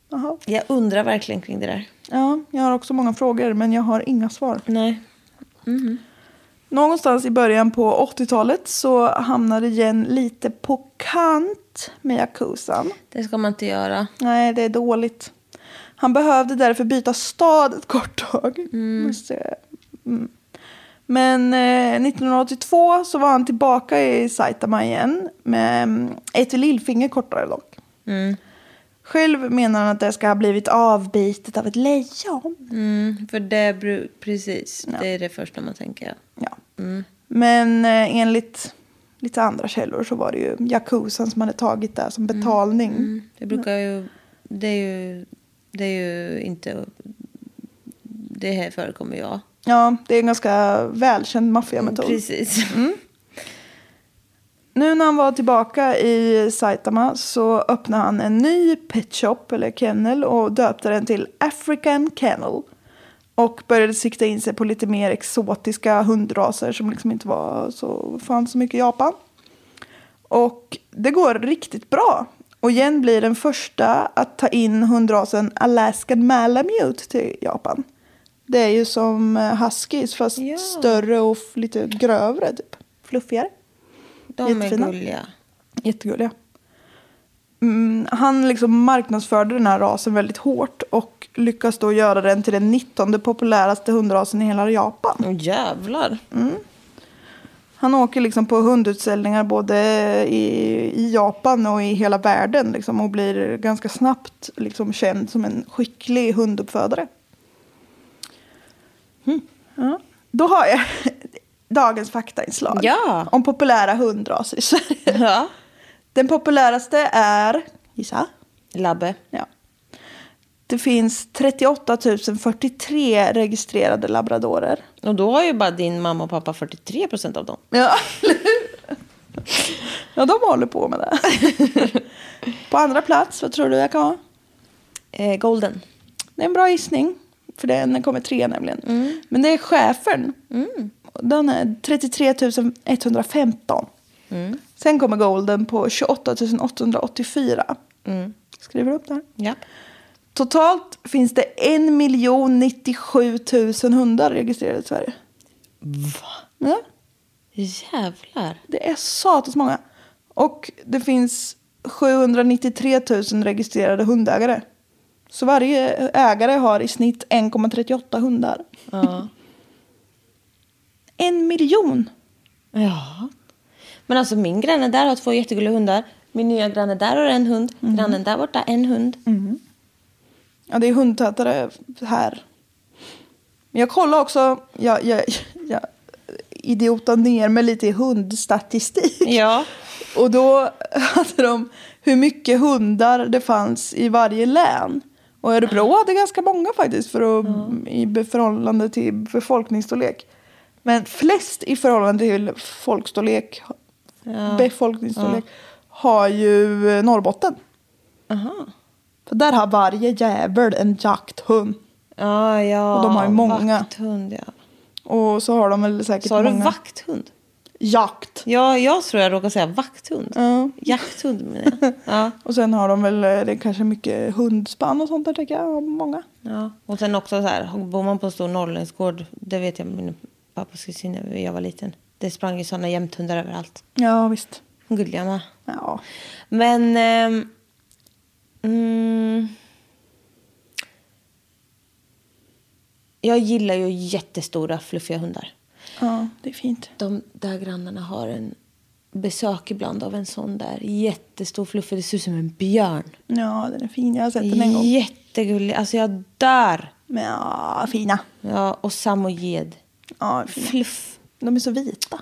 [SPEAKER 2] Jaha.
[SPEAKER 3] Jag undrar verkligen kring det där.
[SPEAKER 2] Ja, jag har också många frågor, men jag har inga svar.
[SPEAKER 3] Nej.
[SPEAKER 2] Någonstans i början på 80-talet så hamnade Jen lite på kant med Yakuzan.
[SPEAKER 3] Det ska man inte göra.
[SPEAKER 2] Nej, det är dåligt. Han behövde därför byta stad ett kort tag. Måste jag- Mm. Men eh, 1982 så var han tillbaka i Saitama igen med mm, ett lillfinger kortare dock. Själv menar han att det ska ha blivit avbitet av ett lejon.
[SPEAKER 3] Mm, för det bru- precis. Det är det första man tänker.
[SPEAKER 2] Ja. Men eh, enligt lite andra källor så var det ju Yakuzan som hade tagit det som betalning.
[SPEAKER 3] Mm. Det brukar ju... Det är ju... Det är ju inte... Det här förekommer ju. ja.
[SPEAKER 2] Ja, det är en ganska välkänd maffiametod.
[SPEAKER 3] Mm, Precis.
[SPEAKER 2] Mm, Nu när han var tillbaka i Saitama så öppnade han en ny pet shop eller kennel och döpte den till African Kennel. Och började sikta in sig på lite mer exotiska hundraser som liksom inte var så, fanns så mycket i Japan. Och det går riktigt bra. Och Jen blir den första att ta in hundrasen Alaskan Malamute till Japan. Det är ju som eh, huskies fast
[SPEAKER 3] Ja.
[SPEAKER 2] större och f- lite grövre typ. Fluffigare.
[SPEAKER 3] De
[SPEAKER 2] Jättefina.
[SPEAKER 3] är gulliga.
[SPEAKER 2] Jättegulliga. Mm, han liksom marknadsförde den här rasen väldigt hårt och lyckas då göra den till den 19 populäraste hundrasen i hela Japan.
[SPEAKER 3] Åh jävlar. (laughs)
[SPEAKER 2] Han åker liksom på hundutställningar både i, i Japan och i hela världen liksom, och blir ganska snabbt liksom, känd som en skicklig hunduppfödare. Ja. Då har jag (laughs) dagens faktainslag
[SPEAKER 3] Ja.
[SPEAKER 2] om populära hundraser i Sverige.
[SPEAKER 3] (laughs) Ja.
[SPEAKER 2] Den populäraste är, gissa?
[SPEAKER 3] Labbe.
[SPEAKER 2] Ja. Det finns 38 043 registrerade labradorer.
[SPEAKER 3] Och då har ju bara din mamma och pappa 43 procent av dem.
[SPEAKER 2] Ja, eller hur? (laughs) Ja, de håller på med det. På andra plats, vad tror du jag kan ha?
[SPEAKER 3] Eh, golden.
[SPEAKER 2] Det är en bra gissning, för den kommer tre nämligen. Men det är schäfern. Den är 33 115. Sen kommer golden på 28 884. Skriver du upp det här?
[SPEAKER 3] Ja.
[SPEAKER 2] Totalt finns det 1 097 000 hundar registrerade i Sverige. Va? Ja, (laughs)
[SPEAKER 3] Jävlar.
[SPEAKER 2] det är satans många. Och det finns 793 000 registrerade hundägare. Så varje ägare har i snitt 1,38 hundar.
[SPEAKER 3] Ja.
[SPEAKER 2] En miljon!
[SPEAKER 3] ja. Men alltså min granne där har två jättegulliga hundar. Min nya granne där har en hund.
[SPEAKER 2] Mhm.
[SPEAKER 3] Grannen där borta en hund.
[SPEAKER 2] Mm. Ja, det är hundtätare här. Men jag kollar också, jag, jag, jag idiotar ner mig lite i hundstatistik.
[SPEAKER 3] (laughs) Ja.
[SPEAKER 2] Och då (laughs) hade de hur mycket hundar det fanns i varje län. Och Örebro hade ganska många faktiskt för att, i förhållande till befolkningsstorlek. Men flest i förhållande till folkstorlek, befolkningsstorlek har ju eh, Norrbotten.
[SPEAKER 3] Aha.
[SPEAKER 2] För där har varje jävel en jakthund.
[SPEAKER 3] Ja, ja.
[SPEAKER 2] Och de har ju många.
[SPEAKER 3] Vakthund, ja.
[SPEAKER 2] Och så har de väl säkert
[SPEAKER 3] Sa du
[SPEAKER 2] många...
[SPEAKER 3] vakthund?
[SPEAKER 2] Jakt.
[SPEAKER 3] Ja, jag tror jag råkar säga vakthund.
[SPEAKER 2] Ja.
[SPEAKER 3] Jakthund menar
[SPEAKER 2] (laughs)
[SPEAKER 3] jag. Ja.
[SPEAKER 2] Och sen har de väl, eh, det är kanske mycket hundspann och sånt där tycker jag. och Många.
[SPEAKER 3] Ja, och sen också så här, bor man på en stor norrländskgård, det vet jag min pappas kusin när jag var liten. Det sprang ju sådana jämthundar överallt.
[SPEAKER 2] Ja, visst.
[SPEAKER 3] Gulliga med.
[SPEAKER 2] Ja.
[SPEAKER 3] Men ehm, Jag gillar ju jättestora fluffiga hundar.
[SPEAKER 2] Ja, det är fint.
[SPEAKER 3] De där grannarna har en besök ibland av en sån där jättestor fluffig. Det ser ut som en björn.
[SPEAKER 2] Ja, den är fin. Jag har sett den en gång.
[SPEAKER 3] Jättegullig. Alltså jag dör.
[SPEAKER 2] Men ja, fina.
[SPEAKER 3] Ja, och samojed.
[SPEAKER 2] Ja, fina.
[SPEAKER 3] Fluff.
[SPEAKER 2] De är så vita.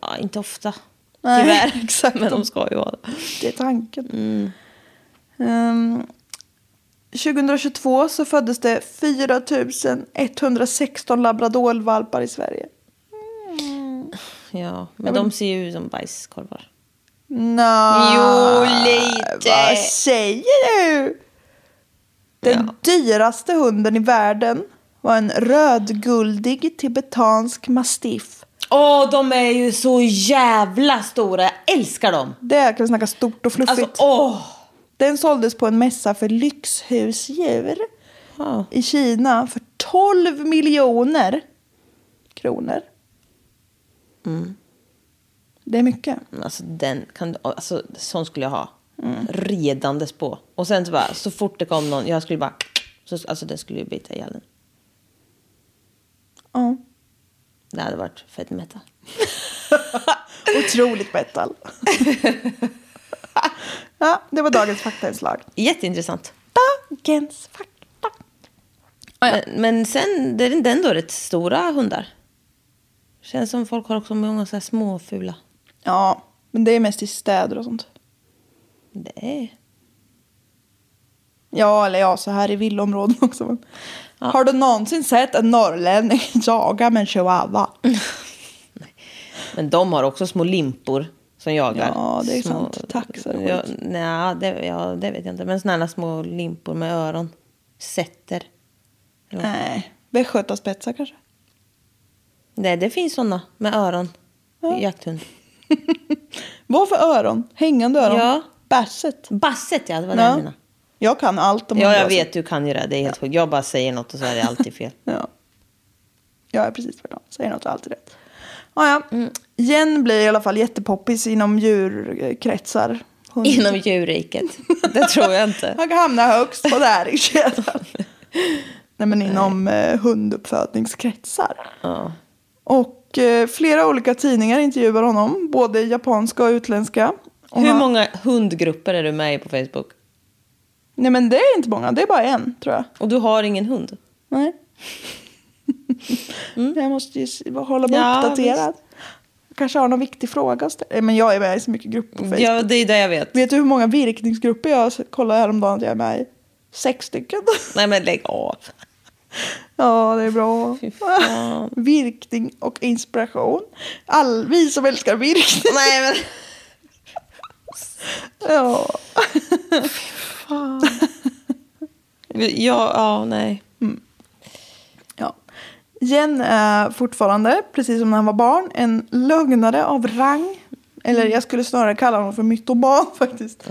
[SPEAKER 3] Ja, inte ofta.
[SPEAKER 2] Nej,
[SPEAKER 3] (laughs) Tyvärr.
[SPEAKER 2] exakt.
[SPEAKER 3] Men de ska ju vara det.
[SPEAKER 2] Det är tanken.
[SPEAKER 3] Mm.
[SPEAKER 2] Ehm, 2022 så föddes det 4 116 labradorvalpar i Sverige.
[SPEAKER 3] Ja, men de ser ju ut som bajskorvar.
[SPEAKER 2] Nå,
[SPEAKER 3] Jo, lite.
[SPEAKER 2] Vad säger du? Den dyraste hunden i världen var en rödguldig tibetansk mastiff.
[SPEAKER 3] Åh, de är ju så jävla stora. Jag älskar dem.
[SPEAKER 2] Det kan vi snacka stort och fluffigt.
[SPEAKER 3] Alltså, åh!
[SPEAKER 2] Den såldes på en mässa för lyxhusdjur
[SPEAKER 3] Ja.
[SPEAKER 2] i Kina för 12 miljoner kronor.
[SPEAKER 3] Mm.
[SPEAKER 2] Det är mycket.
[SPEAKER 3] Alltså, den kan, alltså, sån skulle jag ha. Mm. Redandes på. Och sen så bara, så fort det kom någon, jag skulle bara... Så, alltså den skulle ju bita ihjäl den.
[SPEAKER 2] Ja.
[SPEAKER 3] Det hade varit fett meta.
[SPEAKER 2] Otroligt
[SPEAKER 3] (laughs)
[SPEAKER 2] metal. ja, det var dagens faktainslag.
[SPEAKER 3] Jätteintressant.
[SPEAKER 2] Dagens fakta.
[SPEAKER 3] Men, men sen, det är inte ändå rätt stora hundar. Känns som folk har också många så här små fula.
[SPEAKER 2] Ja, men det är mest i städer och sånt.
[SPEAKER 3] Det är...
[SPEAKER 2] Ja, eller ja, så här i villområden (laughs) också. Men. Har du någonsin sett en norrlänning (laughs) jaga med en chihuahua?
[SPEAKER 3] Mm. Men de har också små limpor som jagar.
[SPEAKER 2] Ja, det är
[SPEAKER 3] små,
[SPEAKER 2] sant. Taxar och
[SPEAKER 3] ja,
[SPEAKER 2] skit.
[SPEAKER 3] nej, det, ja, det vet jag inte. Men snälla små limpor med öron. Sätter.
[SPEAKER 2] Nej, västgötaspetsar kanske.
[SPEAKER 3] Nej, det finns såna med öron. Jakthund.
[SPEAKER 2] Vad för öron? Hängande öron?
[SPEAKER 3] Ja.
[SPEAKER 2] Basset?
[SPEAKER 3] Basset, ja. Det var det jag
[SPEAKER 2] Ja.
[SPEAKER 3] menade.
[SPEAKER 2] Jag kan allt om
[SPEAKER 3] Ja, jag
[SPEAKER 2] hundar.
[SPEAKER 3] vet. Du kan ju det. Det är helt sjukt. Jag bara säger något och så är det alltid fel.
[SPEAKER 2] Ja. Jag är precis tvärtom. Säger något alltid rätt. Ja, ja. Mm. Jen blir i alla fall jättepoppis inom djurkretsar. (laughs) Hon
[SPEAKER 3] Inom djurriket.
[SPEAKER 2] (laughs)
[SPEAKER 3] Det tror jag inte.
[SPEAKER 2] Han kan hamna högst på det här i kedjan. Nej, men inom eh, hunduppfödningskretsar. Och eh, flera olika tidningar intervjuar honom, både japanska och utländska. Och
[SPEAKER 3] Hur
[SPEAKER 2] han-
[SPEAKER 3] många hundgrupper är du med i på Facebook?
[SPEAKER 2] Nej, men det är inte många. Det är bara en, tror jag.
[SPEAKER 3] Och du har ingen hund?
[SPEAKER 2] Nej. Jag måste ju s- hålla mig
[SPEAKER 3] Mm. Ja,
[SPEAKER 2] uppdaterad. Jag Kanske har någon viktig fråga att ställa. Nej, Men jag är med i så mycket grupper på Facebook.
[SPEAKER 3] Ja, det är det jag vet.
[SPEAKER 2] Vet du hur många virkningsgrupper jag s- kollade häromdagen att jag är med i? Sex stycken. (laughs)
[SPEAKER 3] Nej, men lägg av.
[SPEAKER 2] Ja, det är bra.
[SPEAKER 3] Fy fan.
[SPEAKER 2] (laughs) Virkning och inspiration. All, vi som älskar virkning.
[SPEAKER 3] Nej, men...
[SPEAKER 2] (laughs) Ja.
[SPEAKER 3] Ja, ja nej.
[SPEAKER 2] ja. Jen är fortfarande, precis som när han var barn, en lögnare av rang. Eller jag skulle snarare kalla honom för mytoman (laughs) faktiskt.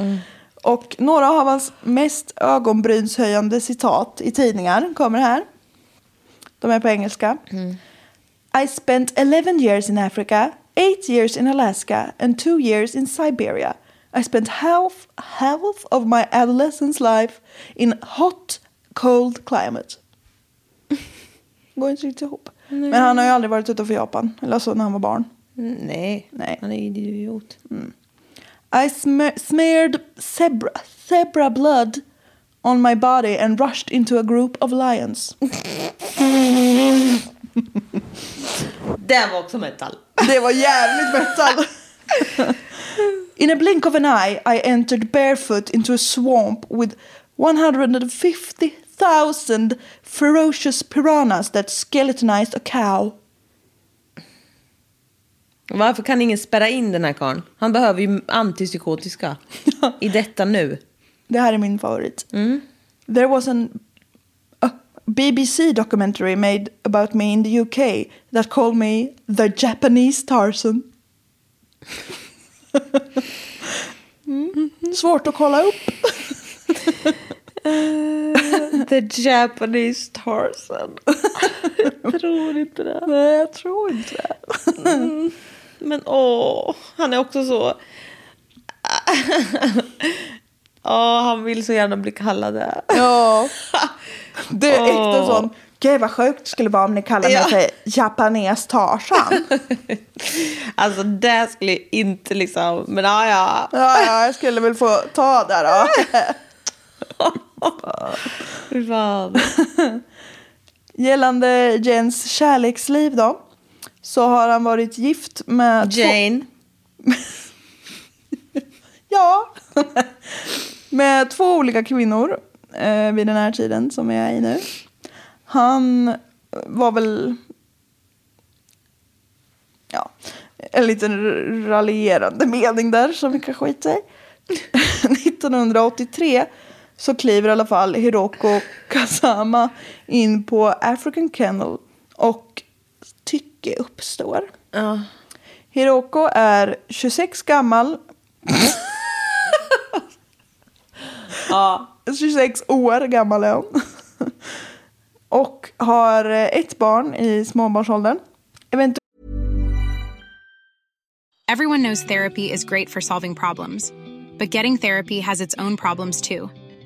[SPEAKER 2] Och några av hans mest ögonbrynshöjande citat i tidningar kommer här. De är på engelska. I spent 11 years in Africa, 8 years in Alaska and 2 years in Siberia. I spent half, half of my adolescence life in hot, cold climate. Går inte riktigt ihop. Men han har ju aldrig varit utanför Japan. Eller så när han var barn.
[SPEAKER 3] Nej.
[SPEAKER 2] Nej.
[SPEAKER 3] han är ju idiot.
[SPEAKER 2] I sm- smeared zebra, zebra blood on my body and rushed into a group of lions.
[SPEAKER 3] Det var också metall.
[SPEAKER 2] Det var jävligt metal. In a blink of an eye I entered barefoot into a swamp with 150,000 ferocious piranhas that skeletonized a cow.
[SPEAKER 3] Varför kan ingen spärra in den här karln? Han behöver ju antipsykotiska. I detta nu.
[SPEAKER 2] Det här är min favorit. There was an a BBC documentary made about me in the UK that called me the Japanese Tarzan. mm. Svårt att kolla upp.
[SPEAKER 3] The Japanese Tarzan. jag tror inte det. Mm.
[SPEAKER 2] Nej, jag tror inte det.
[SPEAKER 3] Men åh, han är också så... Åh, han vill så gärna bli kallad det.
[SPEAKER 2] (laughs) Ja. Du är
[SPEAKER 3] Åh.
[SPEAKER 2] äkta sån. Gud vad sjukt det skulle vara om ni kallade mig
[SPEAKER 3] Ja.
[SPEAKER 2] för Japanes Tarzan.
[SPEAKER 3] Alltså det skulle ju inte liksom, men ja ja.
[SPEAKER 2] (laughs) Ja, ja, jag skulle väl få ta där då.
[SPEAKER 3] Fy fan.
[SPEAKER 2] (laughs) Gällande Jens kärleksliv då. Så har han varit gift med... två-
[SPEAKER 3] Jane.
[SPEAKER 2] Ja. (laughs) Med två olika kvinnor eh, vid den här tiden som jag är i nu. Han var väl... Ja, en liten raljerande mening där som vi kan skita i. (laughs) 1983 så kliver i alla fall Hiroko Kazama in på African Kennel och tycke uppstår. Hiroko är 26 gammal 26 år gammal är hon. Och har eh, ett barn i småbarnsåldern. Eventuellt
[SPEAKER 4] Everyone knows therapy is great for solving problems, but getting therapy has its own problems too,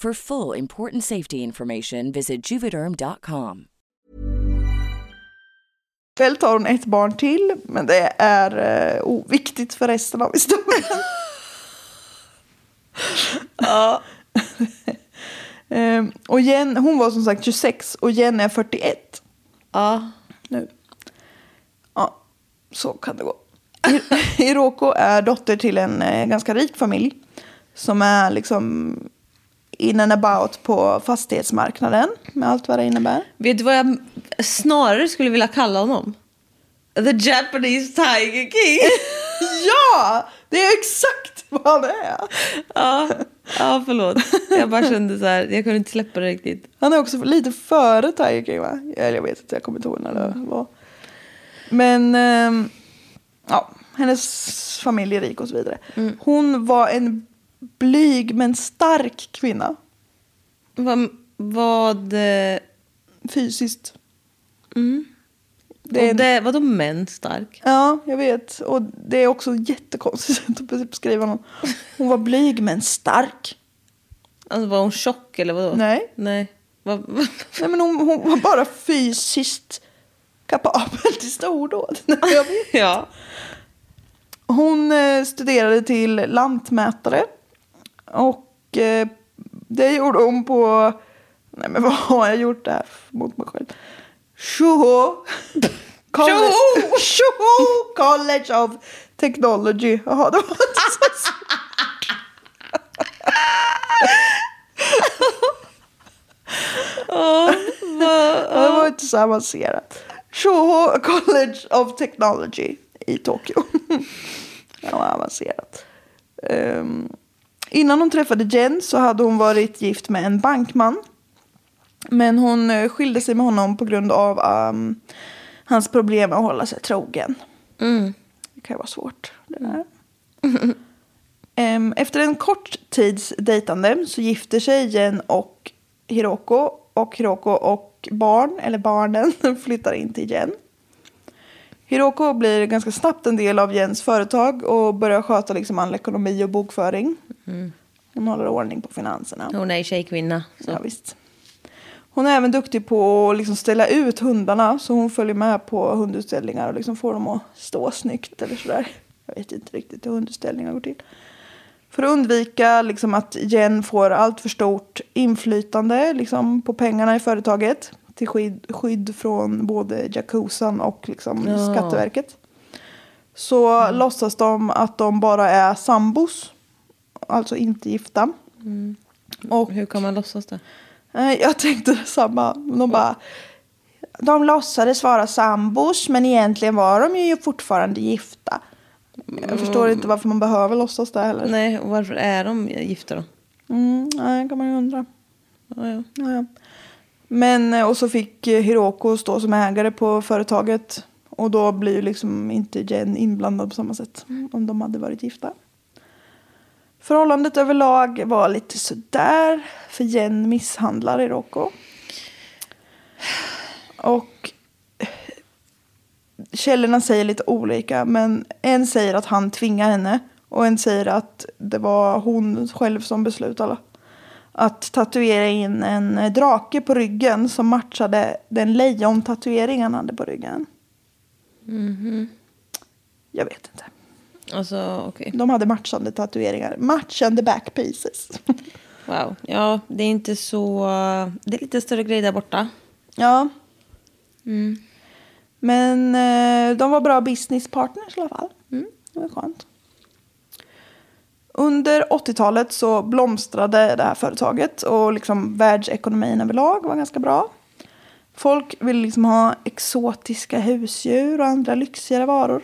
[SPEAKER 5] For full important safety information, visit juvederm.com.
[SPEAKER 2] har hon ett barn till, men det är eh, oviktigt för resten av historien. ja. (laughs) Ehm, och Jen, hon var som sagt 26 och Jen är 41
[SPEAKER 3] Ja.
[SPEAKER 2] nu. Ja, så kan det gå. Hi- (laughs) Hiroko är dotter till en eh, ganska rik familj som är liksom in and about på fastighetsmarknaden med allt vad det innebär.
[SPEAKER 3] Vet du vad jag snarare skulle vilja kalla honom? The Japanese Tiger King.
[SPEAKER 2] (laughs) Ja, det är exakt vad han är.
[SPEAKER 3] ja. ja, förlåt. Jag bara kände så här, jag kunde inte släppa det riktigt.
[SPEAKER 2] Han är också lite före Tiger King va? Eller jag vet inte, jag kommer inte ihåg när det var. Men ehm, ja, hennes familj är rik och så vidare. Hon var en blyg men stark kvinna.
[SPEAKER 3] Vad, vad, eh,
[SPEAKER 2] Fysiskt. Det är
[SPEAKER 3] det
[SPEAKER 2] en-
[SPEAKER 3] det, vadå män stark?
[SPEAKER 2] Ja, jag vet. Och det är också jättekonstigt sätt att beskriva någon. Hon var blyg men stark.
[SPEAKER 3] Alltså var hon tjock eller vadå?
[SPEAKER 2] Nej.
[SPEAKER 3] Nej. Vad,
[SPEAKER 2] Nej men hon, hon var bara fysiskt kapabel till stordåd. Nej, (laughs) jag vet.
[SPEAKER 3] ja.
[SPEAKER 2] Hon eh, studerade till lantmätare. Och eh, det gjorde hon på... Nej men (laughs) vad har jag gjort där mot mig själv? Tjoho! College,
[SPEAKER 3] Tjoho!
[SPEAKER 2] (laughs) Tjoho! College of Technology. Jaha, det var inte så. (laughs) (laughs) Ja, det var inte så avancerat. Shoho College of Technology i Tokyo. (laughs) Det var avancerat. Ehm, innan hon träffade Jen så hade hon varit gift med en bankman. Men hon eh, skilde sig med honom på grund av ehm, hans problem med att hålla sig trogen. Det kan ju vara svårt. Det där. (laughs) Ehm, Efter en kort tids dejtande så gifter sig Jen och Hiroko och Hiroko och barn, eller barnen, (laughs) flyttar in till Jen. Hiroko blir ganska snabbt en del av Jens företag och börjar sköta liksom all ekonomi och bokföring. Hon håller ordning på finanserna.
[SPEAKER 3] Hon är ju tjejkvinna. Så.
[SPEAKER 2] Ja, visst. Hon är även duktig på att liksom ställa ut hundarna så hon följer med på hundutställningar och liksom får dem att stå snyggt eller sådär. Jag vet inte riktigt hur hundutställningar går till. För att undvika liksom att Jen får allt för stort inflytande liksom på pengarna i företaget till skydd, skydd från både Jacusan och liksom Skatteverket så
[SPEAKER 3] Mm.
[SPEAKER 2] låtsas de att de bara är sambos, alltså inte gifta. Och
[SPEAKER 3] Mm. Hur kan man låtsas det?
[SPEAKER 2] Nej, Eh, jag tänkte samma. De bara... De låtsades vara sambos, men egentligen var de ju fortfarande gifta. Jag förstår inte varför man behöver låtsas det heller.
[SPEAKER 3] Nej, och varför är de gifta då?
[SPEAKER 2] Mm, nej, kan man ju undra.
[SPEAKER 3] Ja, ja.
[SPEAKER 2] Ja, ja. Men, eh, och så fick eh, Hiroko stå som ägare på företaget. Och då blir ju liksom inte Jen inblandad på samma sätt
[SPEAKER 3] Mm.
[SPEAKER 2] om de hade varit gifta. Förhållandet överlag var lite sådär, för Jen misshandlar Hiroko. Och källorna säger lite olika, men en säger att han tvingar henne och en säger att det var hon själv som beslutade att tatuera in en eh, drake på ryggen som matchade den lejontatuering han hade på ryggen. Jag vet inte.
[SPEAKER 3] Alltså, okej.
[SPEAKER 2] De hade matchande tatueringar. Matchande (laughs) backpieces.
[SPEAKER 3] Wow. Ja, det är inte så... Det är lite större grej där borta.
[SPEAKER 2] ja. Men eh, de var bra business partners i alla fall. Det var skönt. Under 80-talet så blomstrade det här företaget och liksom världsekonomin överlag var ganska bra. Folk ville liksom ha exotiska husdjur och andra lyxigare varor.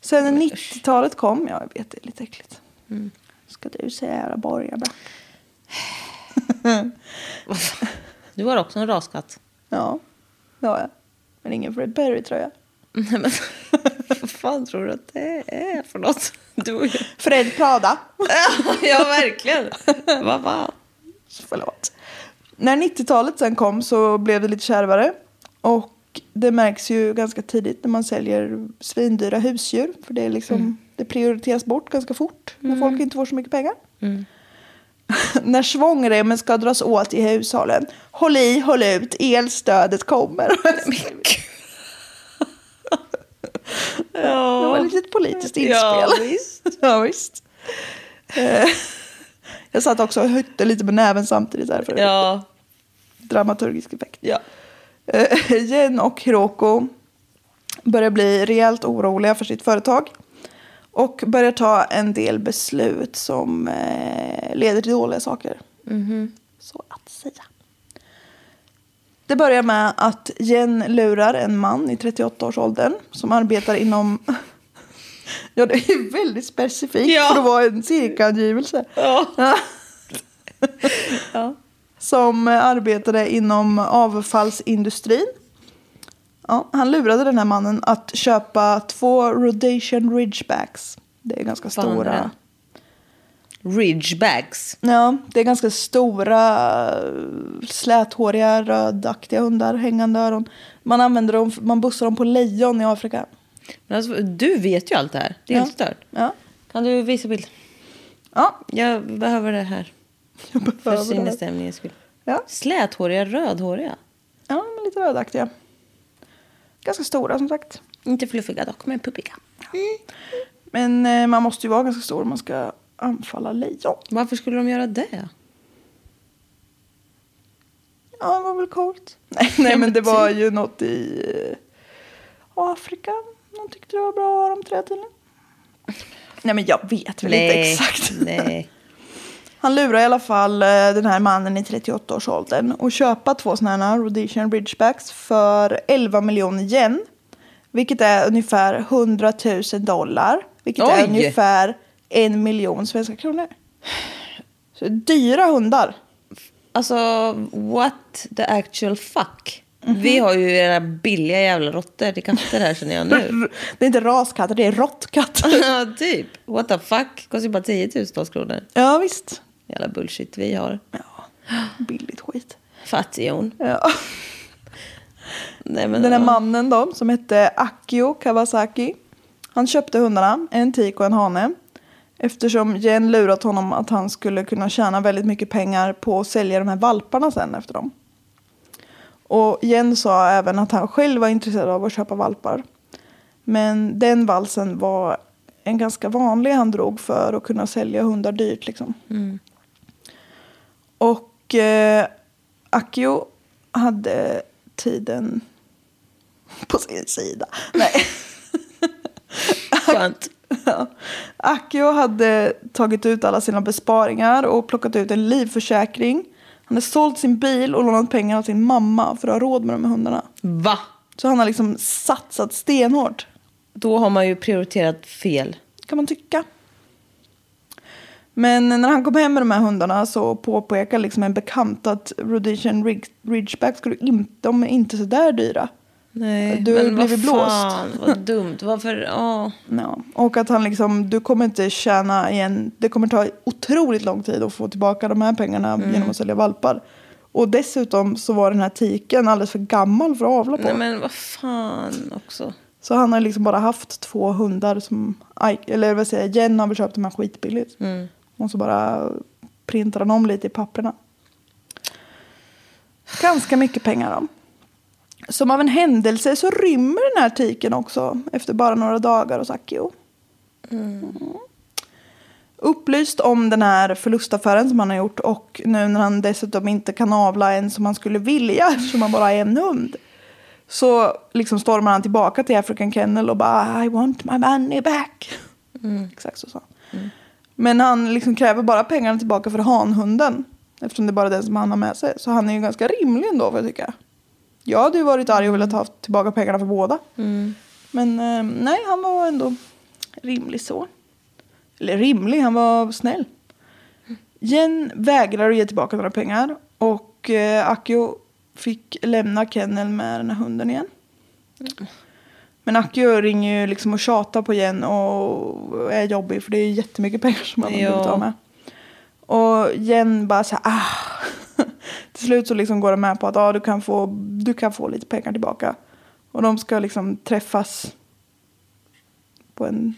[SPEAKER 2] Sen när 90-talet kom, ja jag vet det är lite äckligt. Ska du säga ära borgare?
[SPEAKER 3] Du har också en raskatt.
[SPEAKER 2] Ja, det har jag. Men ingen Fred Perry tror jag.
[SPEAKER 3] Nej, men (laughs) vad fan tror du att det är för något? Du och jag.
[SPEAKER 2] Fred Prada.
[SPEAKER 3] Ja, verkligen. Vad fan?
[SPEAKER 2] Förlåt. När 90-talet sen kom så blev det lite kärvare. Och det märks ju ganska tidigt när man säljer svindyra husdjur. För det, är liksom,
[SPEAKER 3] Mm.
[SPEAKER 2] det prioriteras bort ganska fort när folk inte får så mycket pengar.
[SPEAKER 3] Mm.
[SPEAKER 2] (laughs) när svångremmen ska dras åt i hushållen. Håll i, håll ut, elstödet
[SPEAKER 3] (laughs)
[SPEAKER 2] kommer. Det var ett litet politiskt inspel.
[SPEAKER 3] Ja, visst.
[SPEAKER 2] (laughs) ja, visst. Eh, (laughs) Jag satt också och hötte lite med näven samtidigt där för
[SPEAKER 3] Ja.
[SPEAKER 2] dramaturgisk effekt.
[SPEAKER 3] Ja.
[SPEAKER 2] Eh, Jen och Hiroko börjar bli rejält oroliga för sitt företag och börjar ta en del beslut som eh, leder till dåliga saker. Så att säga. Det börjar med att Jen lurar en man i 38-årsåldern som arbetar inom... (laughs) ja, det är väldigt specifikt
[SPEAKER 3] Ja.
[SPEAKER 2] för att vara en cirkelangivelse.
[SPEAKER 3] Ja.
[SPEAKER 2] som eh, arbetade inom avfallsindustrin. Ja, han lurade den här mannen att köpa två Rhodesian Ridgebacks. Det är ganska
[SPEAKER 3] Vad fan är
[SPEAKER 2] stora.
[SPEAKER 3] Ridgebacks.
[SPEAKER 2] Ja, det är ganska stora eh, släthåriga rödaktiga hundar, hängande öron. Man använder dem, man bussar dem på lejon i Afrika.
[SPEAKER 3] Men alltså, du vet ju allt det här. Det är
[SPEAKER 2] Ja.
[SPEAKER 3] helt stört.
[SPEAKER 2] Ja,
[SPEAKER 3] Kan du visa bild?
[SPEAKER 2] ja
[SPEAKER 3] Jag behöver det här.
[SPEAKER 2] jag
[SPEAKER 3] För
[SPEAKER 2] behöver det. här.
[SPEAKER 3] sinnesstämningens skull.
[SPEAKER 2] Ja.
[SPEAKER 3] Släthåriga, rödhåriga.
[SPEAKER 2] Ja, men lite rödaktiga. Ganska stora som sagt.
[SPEAKER 3] Inte fluffiga dock, men puppiga.
[SPEAKER 2] Men eh, man måste ju vara ganska stor om man ska anfalla lejon.
[SPEAKER 3] Varför skulle de göra det?
[SPEAKER 2] Ja, det var väl coolt. (laughs) Nej, nej men det
[SPEAKER 3] typ.
[SPEAKER 2] var ju något i eh, Afrika. De tyckte det var bra att ha dem trä tydligen. Nej, men jag vet väl inte (laughs) exakt.
[SPEAKER 3] Nej.
[SPEAKER 2] Han lurar i alla fall eh, den här mannen i 38-årsåldern och köpa två sådana här Rhodesian Ridgebacks för 11 miljoner yen. Vilket är ungefär 100 000 dollar. Vilket
[SPEAKER 3] Oj!
[SPEAKER 2] är ungefär en miljon svenska kronor. Så dyra hundar.
[SPEAKER 3] Alltså, what the actual fuck?
[SPEAKER 2] Mhm.
[SPEAKER 3] Vi har ju era billiga jävla råttor till katter här känner
[SPEAKER 2] (laughs)
[SPEAKER 3] jag nu.
[SPEAKER 2] Det är inte raskatter, det är råttkatter.
[SPEAKER 3] (laughs) Ja, typ. What the fuck? Kostar ju bara 10 000 kronor.
[SPEAKER 2] Ja, visst.
[SPEAKER 3] Jävla bullshit vi har.
[SPEAKER 2] Ja, billigt skit.
[SPEAKER 3] Fattighjon.
[SPEAKER 2] Ja. (laughs)
[SPEAKER 3] Nej, men,
[SPEAKER 2] Den här
[SPEAKER 3] ja.
[SPEAKER 2] mannen då, som hette Akio Kawasaki. Han köpte hundarna, en tik och en hane. Eftersom Jen lurat honom att han skulle kunna tjäna väldigt mycket pengar på att sälja de här valparna sen efter dem. Och Jen sa även att han själv var intresserad av att köpa valpar. Men den valsen var en ganska vanlig han drog för att kunna sälja hundar dyrt liksom.
[SPEAKER 3] Mm.
[SPEAKER 2] Och eh, Akio hade tiden på sin sida. Nej.
[SPEAKER 3] Skönt.
[SPEAKER 2] Ja. Akio hade tagit ut alla sina besparingar och plockat ut en livförsäkring. Han hade sålt sin bil och lånat pengar av sin mamma för att ha råd med de här hundarna.
[SPEAKER 3] Va?
[SPEAKER 2] Så han har liksom satsat stenhårt,
[SPEAKER 3] Då har man ju prioriterat fel.
[SPEAKER 2] kan man tycka. Men när han kom hem med de här hundarna så påpekade liksom en bekant att Rhodesian Ridge- Ridgeback skulle inte, de är inte så där dyra.
[SPEAKER 3] Nej,
[SPEAKER 2] Du har ju blivit
[SPEAKER 3] vad
[SPEAKER 2] blåst.
[SPEAKER 3] fan, vad dumt.
[SPEAKER 2] (laughs)
[SPEAKER 3] Varför? Ja.
[SPEAKER 2] Ja. Och att han liksom, du kommer inte tjäna igen, det kommer ta otroligt lång tid att få tillbaka de här pengarna
[SPEAKER 3] Mm.
[SPEAKER 2] genom att sälja valpar. Och dessutom så var den här tiken alldeles för gammal för att avla på.
[SPEAKER 3] Nej, men vad fan också.
[SPEAKER 2] Så han har liksom bara haft två hundar som, aj, eller vad säger jag, Jen har väl köpt de här skitbilligt. Och så bara printar han om lite i papperna. Ganska mycket pengar om. Som av en händelse så rymmer den här tiken också efter bara några dagar hos Akio. Mm. Upplyst om den här förlustaffären som han har gjort och nu när han dessutom inte kan avla en som han skulle vilja (laughs) eftersom han bara har en hund. Så liksom stormar han tillbaka till African Kennel och bara I want my money back. Exakt så sa han. Men han liksom kräver bara pengarna tillbaka för hanhunden. Eftersom det är bara den som han har med sig. Så han är ju ganska rimlig ändå får jag tycka. Jag hade ju varit arg och velat ha tillbaka pengarna för båda. Men eh, nej, han var ändå rimlig så. Eller rimlig, han var snäll. Jen vägrar att ge tillbaka några pengar och eh, Akio fick lämna kenneln med den här hunden igen. Men Akio ringer ju liksom och tjatar på Jen och är jobbig för det är ju jättemycket pengar som han har
[SPEAKER 3] Ja.
[SPEAKER 2] blivit av med. Och Jen bara så här, ah. (laughs) Till slut så liksom går de med på att ah, du, kan få, du kan få lite pengar tillbaka. Och de ska liksom träffas på en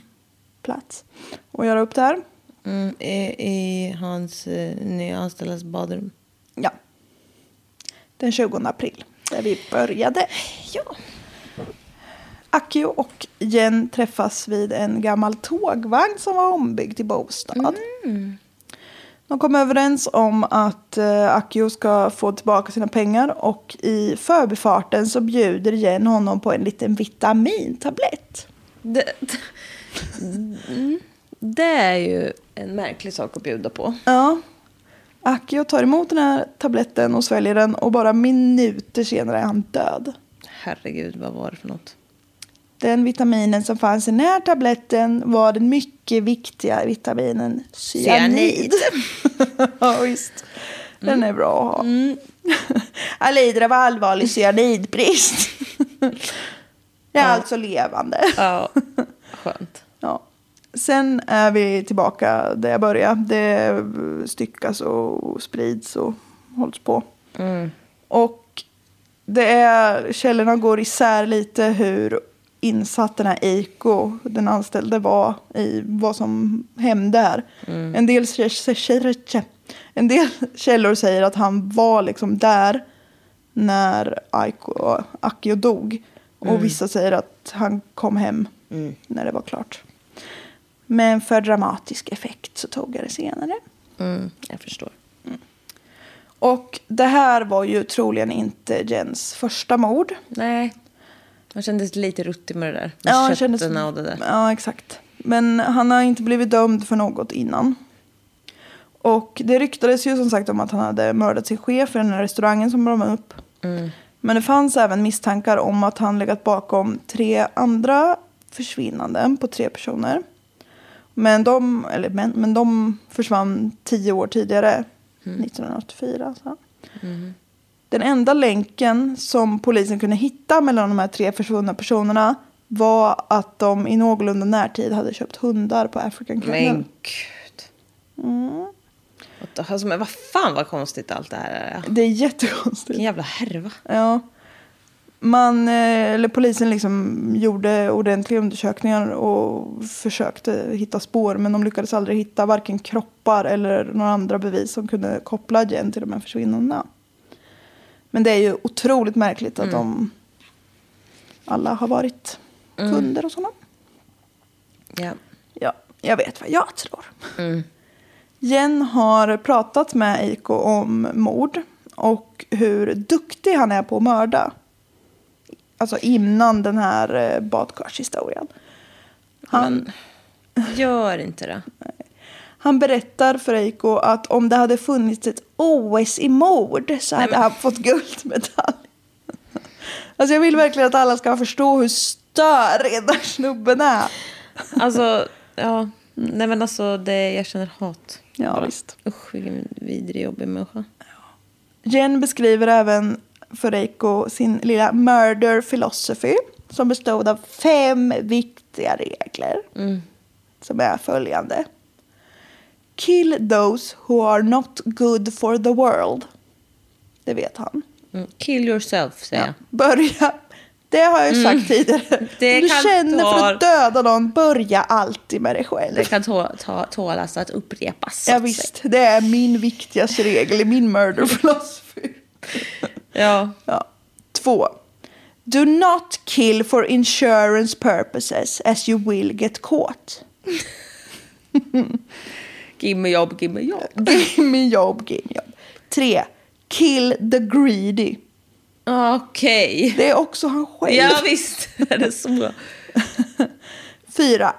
[SPEAKER 2] plats och göra upp det här.
[SPEAKER 3] Mm, i, I hans eh, nya anställdas badrum.
[SPEAKER 2] Ja. Den 20 april, där vi började. Ja. Akio och Jen träffas vid en gammal tågvagn som var ombyggd till bostad. Mm. De kom överens om att eh, Akio ska få tillbaka sina pengar och i förbifarten så bjuder Jen honom på en liten vitamintablett.
[SPEAKER 3] Det, det är ju en märklig sak att bjuda på.
[SPEAKER 2] Ja. Akio tar emot den här tabletten och sväljer den och bara minuter senare är han död.
[SPEAKER 3] Herregud, vad var det för något?
[SPEAKER 2] Den vitaminen som fanns i den här tabletten var den mycket viktiga vitaminen cyanid. (laughs)
[SPEAKER 3] Cyanid.
[SPEAKER 2] ja, visst. Den är bra att ha. (laughs) Han lider av allvarlig cyanidbrist. Det är alltså levande.
[SPEAKER 3] Ja, (laughs) skönt.
[SPEAKER 2] Ja. Sen är vi tillbaka där jag började. Det styckas och sprids och hålls på. Och det är, källorna går isär lite hur insatt den här Eiko, den anställde, var i vad som hände här. En, del, en del (laughs) källor säger att han var liksom där när Aiko, Akio dog. Och vissa säger att han kom hem när det var klart. Men för dramatisk effekt så tog jag det senare.
[SPEAKER 3] Mm, jag förstår.
[SPEAKER 2] Och det här var ju troligen inte Jens första mord.
[SPEAKER 3] Nej, han kändes lite ruttig med det där. Med
[SPEAKER 2] Ja, han
[SPEAKER 3] kötterna
[SPEAKER 2] kändes-
[SPEAKER 3] och det där.
[SPEAKER 2] Ja, exakt. Men han har inte blivit dömd för något innan. Och det ryktades ju som sagt om att han hade mördat sin chef i den här restaurangen som brann upp.
[SPEAKER 3] Mm.
[SPEAKER 2] Men det fanns även misstankar om att han legat bakom tre andra försvinnanden på tre personer. Men de, eller men, men de försvann tio år tidigare, 1984. Så. alltså. Den enda länken som polisen kunde hitta mellan de här tre försvunna personerna var att de i någorlunda närtid hade köpt hundar på African
[SPEAKER 3] Men
[SPEAKER 2] Kennel.
[SPEAKER 3] gud. What the- Alltså, men vad fan vad konstigt allt det här är.
[SPEAKER 2] Det är jättekonstigt.
[SPEAKER 3] Vilken jävla härva.
[SPEAKER 2] Ja. Man, eh, eller polisen liksom gjorde ordentliga undersökningar och försökte hitta spår men de lyckades aldrig hitta varken kroppar eller några andra bevis som kunde koppla Jen till de här försvinnandena. Men det är ju otroligt märkligt att de alla har varit kunder hos honom.
[SPEAKER 3] Ja.
[SPEAKER 2] Ja, jag vet vad jag tror. Jen har pratat med Eiko om mord och hur duktig han är på att mörda. Alltså innan den här eh, badkarshistorien. Han,
[SPEAKER 3] Gör inte det.
[SPEAKER 2] han berättar för Eiko att om det hade funnits ett OS i mord så hade han fått guldmedalj. Alltså jag vill verkligen att alla ska förstå hur störig den där snubben är.
[SPEAKER 3] Alltså, ja. Nej men alltså, det, jag känner hat.
[SPEAKER 2] Ja,
[SPEAKER 3] Bara.
[SPEAKER 2] visst.
[SPEAKER 3] Usch, vilken vidrig jobbig människa.
[SPEAKER 2] Jen beskriver även för Reiko sin lilla murder philosophy som bestod av fem viktiga regler
[SPEAKER 3] Mm.
[SPEAKER 2] som är följande. Kill those who are not good for the world. Det vet han.
[SPEAKER 3] Mm. Kill yourself, säger jag.
[SPEAKER 2] Börja. Det har jag ju sagt tidigare.
[SPEAKER 3] Mm. (laughs) Det
[SPEAKER 2] Om du
[SPEAKER 3] kan
[SPEAKER 2] känner för
[SPEAKER 3] ta-
[SPEAKER 2] att döda någon, börja alltid med dig själv.
[SPEAKER 3] Det kan tå, ta, tålas att upprepas. så
[SPEAKER 2] Ja,
[SPEAKER 3] att
[SPEAKER 2] visst, det är min viktigaste regel i min murder philosophy.
[SPEAKER 3] säga. Ja.
[SPEAKER 2] Ja. Två. Do not kill for insurance purposes as you will get caught.
[SPEAKER 3] Give me jobb, give me jobb. (laughs)
[SPEAKER 2] Give me job, give me job. Tre. Kill the greedy.
[SPEAKER 3] Okej.
[SPEAKER 2] Det är också han själv.
[SPEAKER 3] Ja, visst (laughs) är det så.
[SPEAKER 2] Fyra.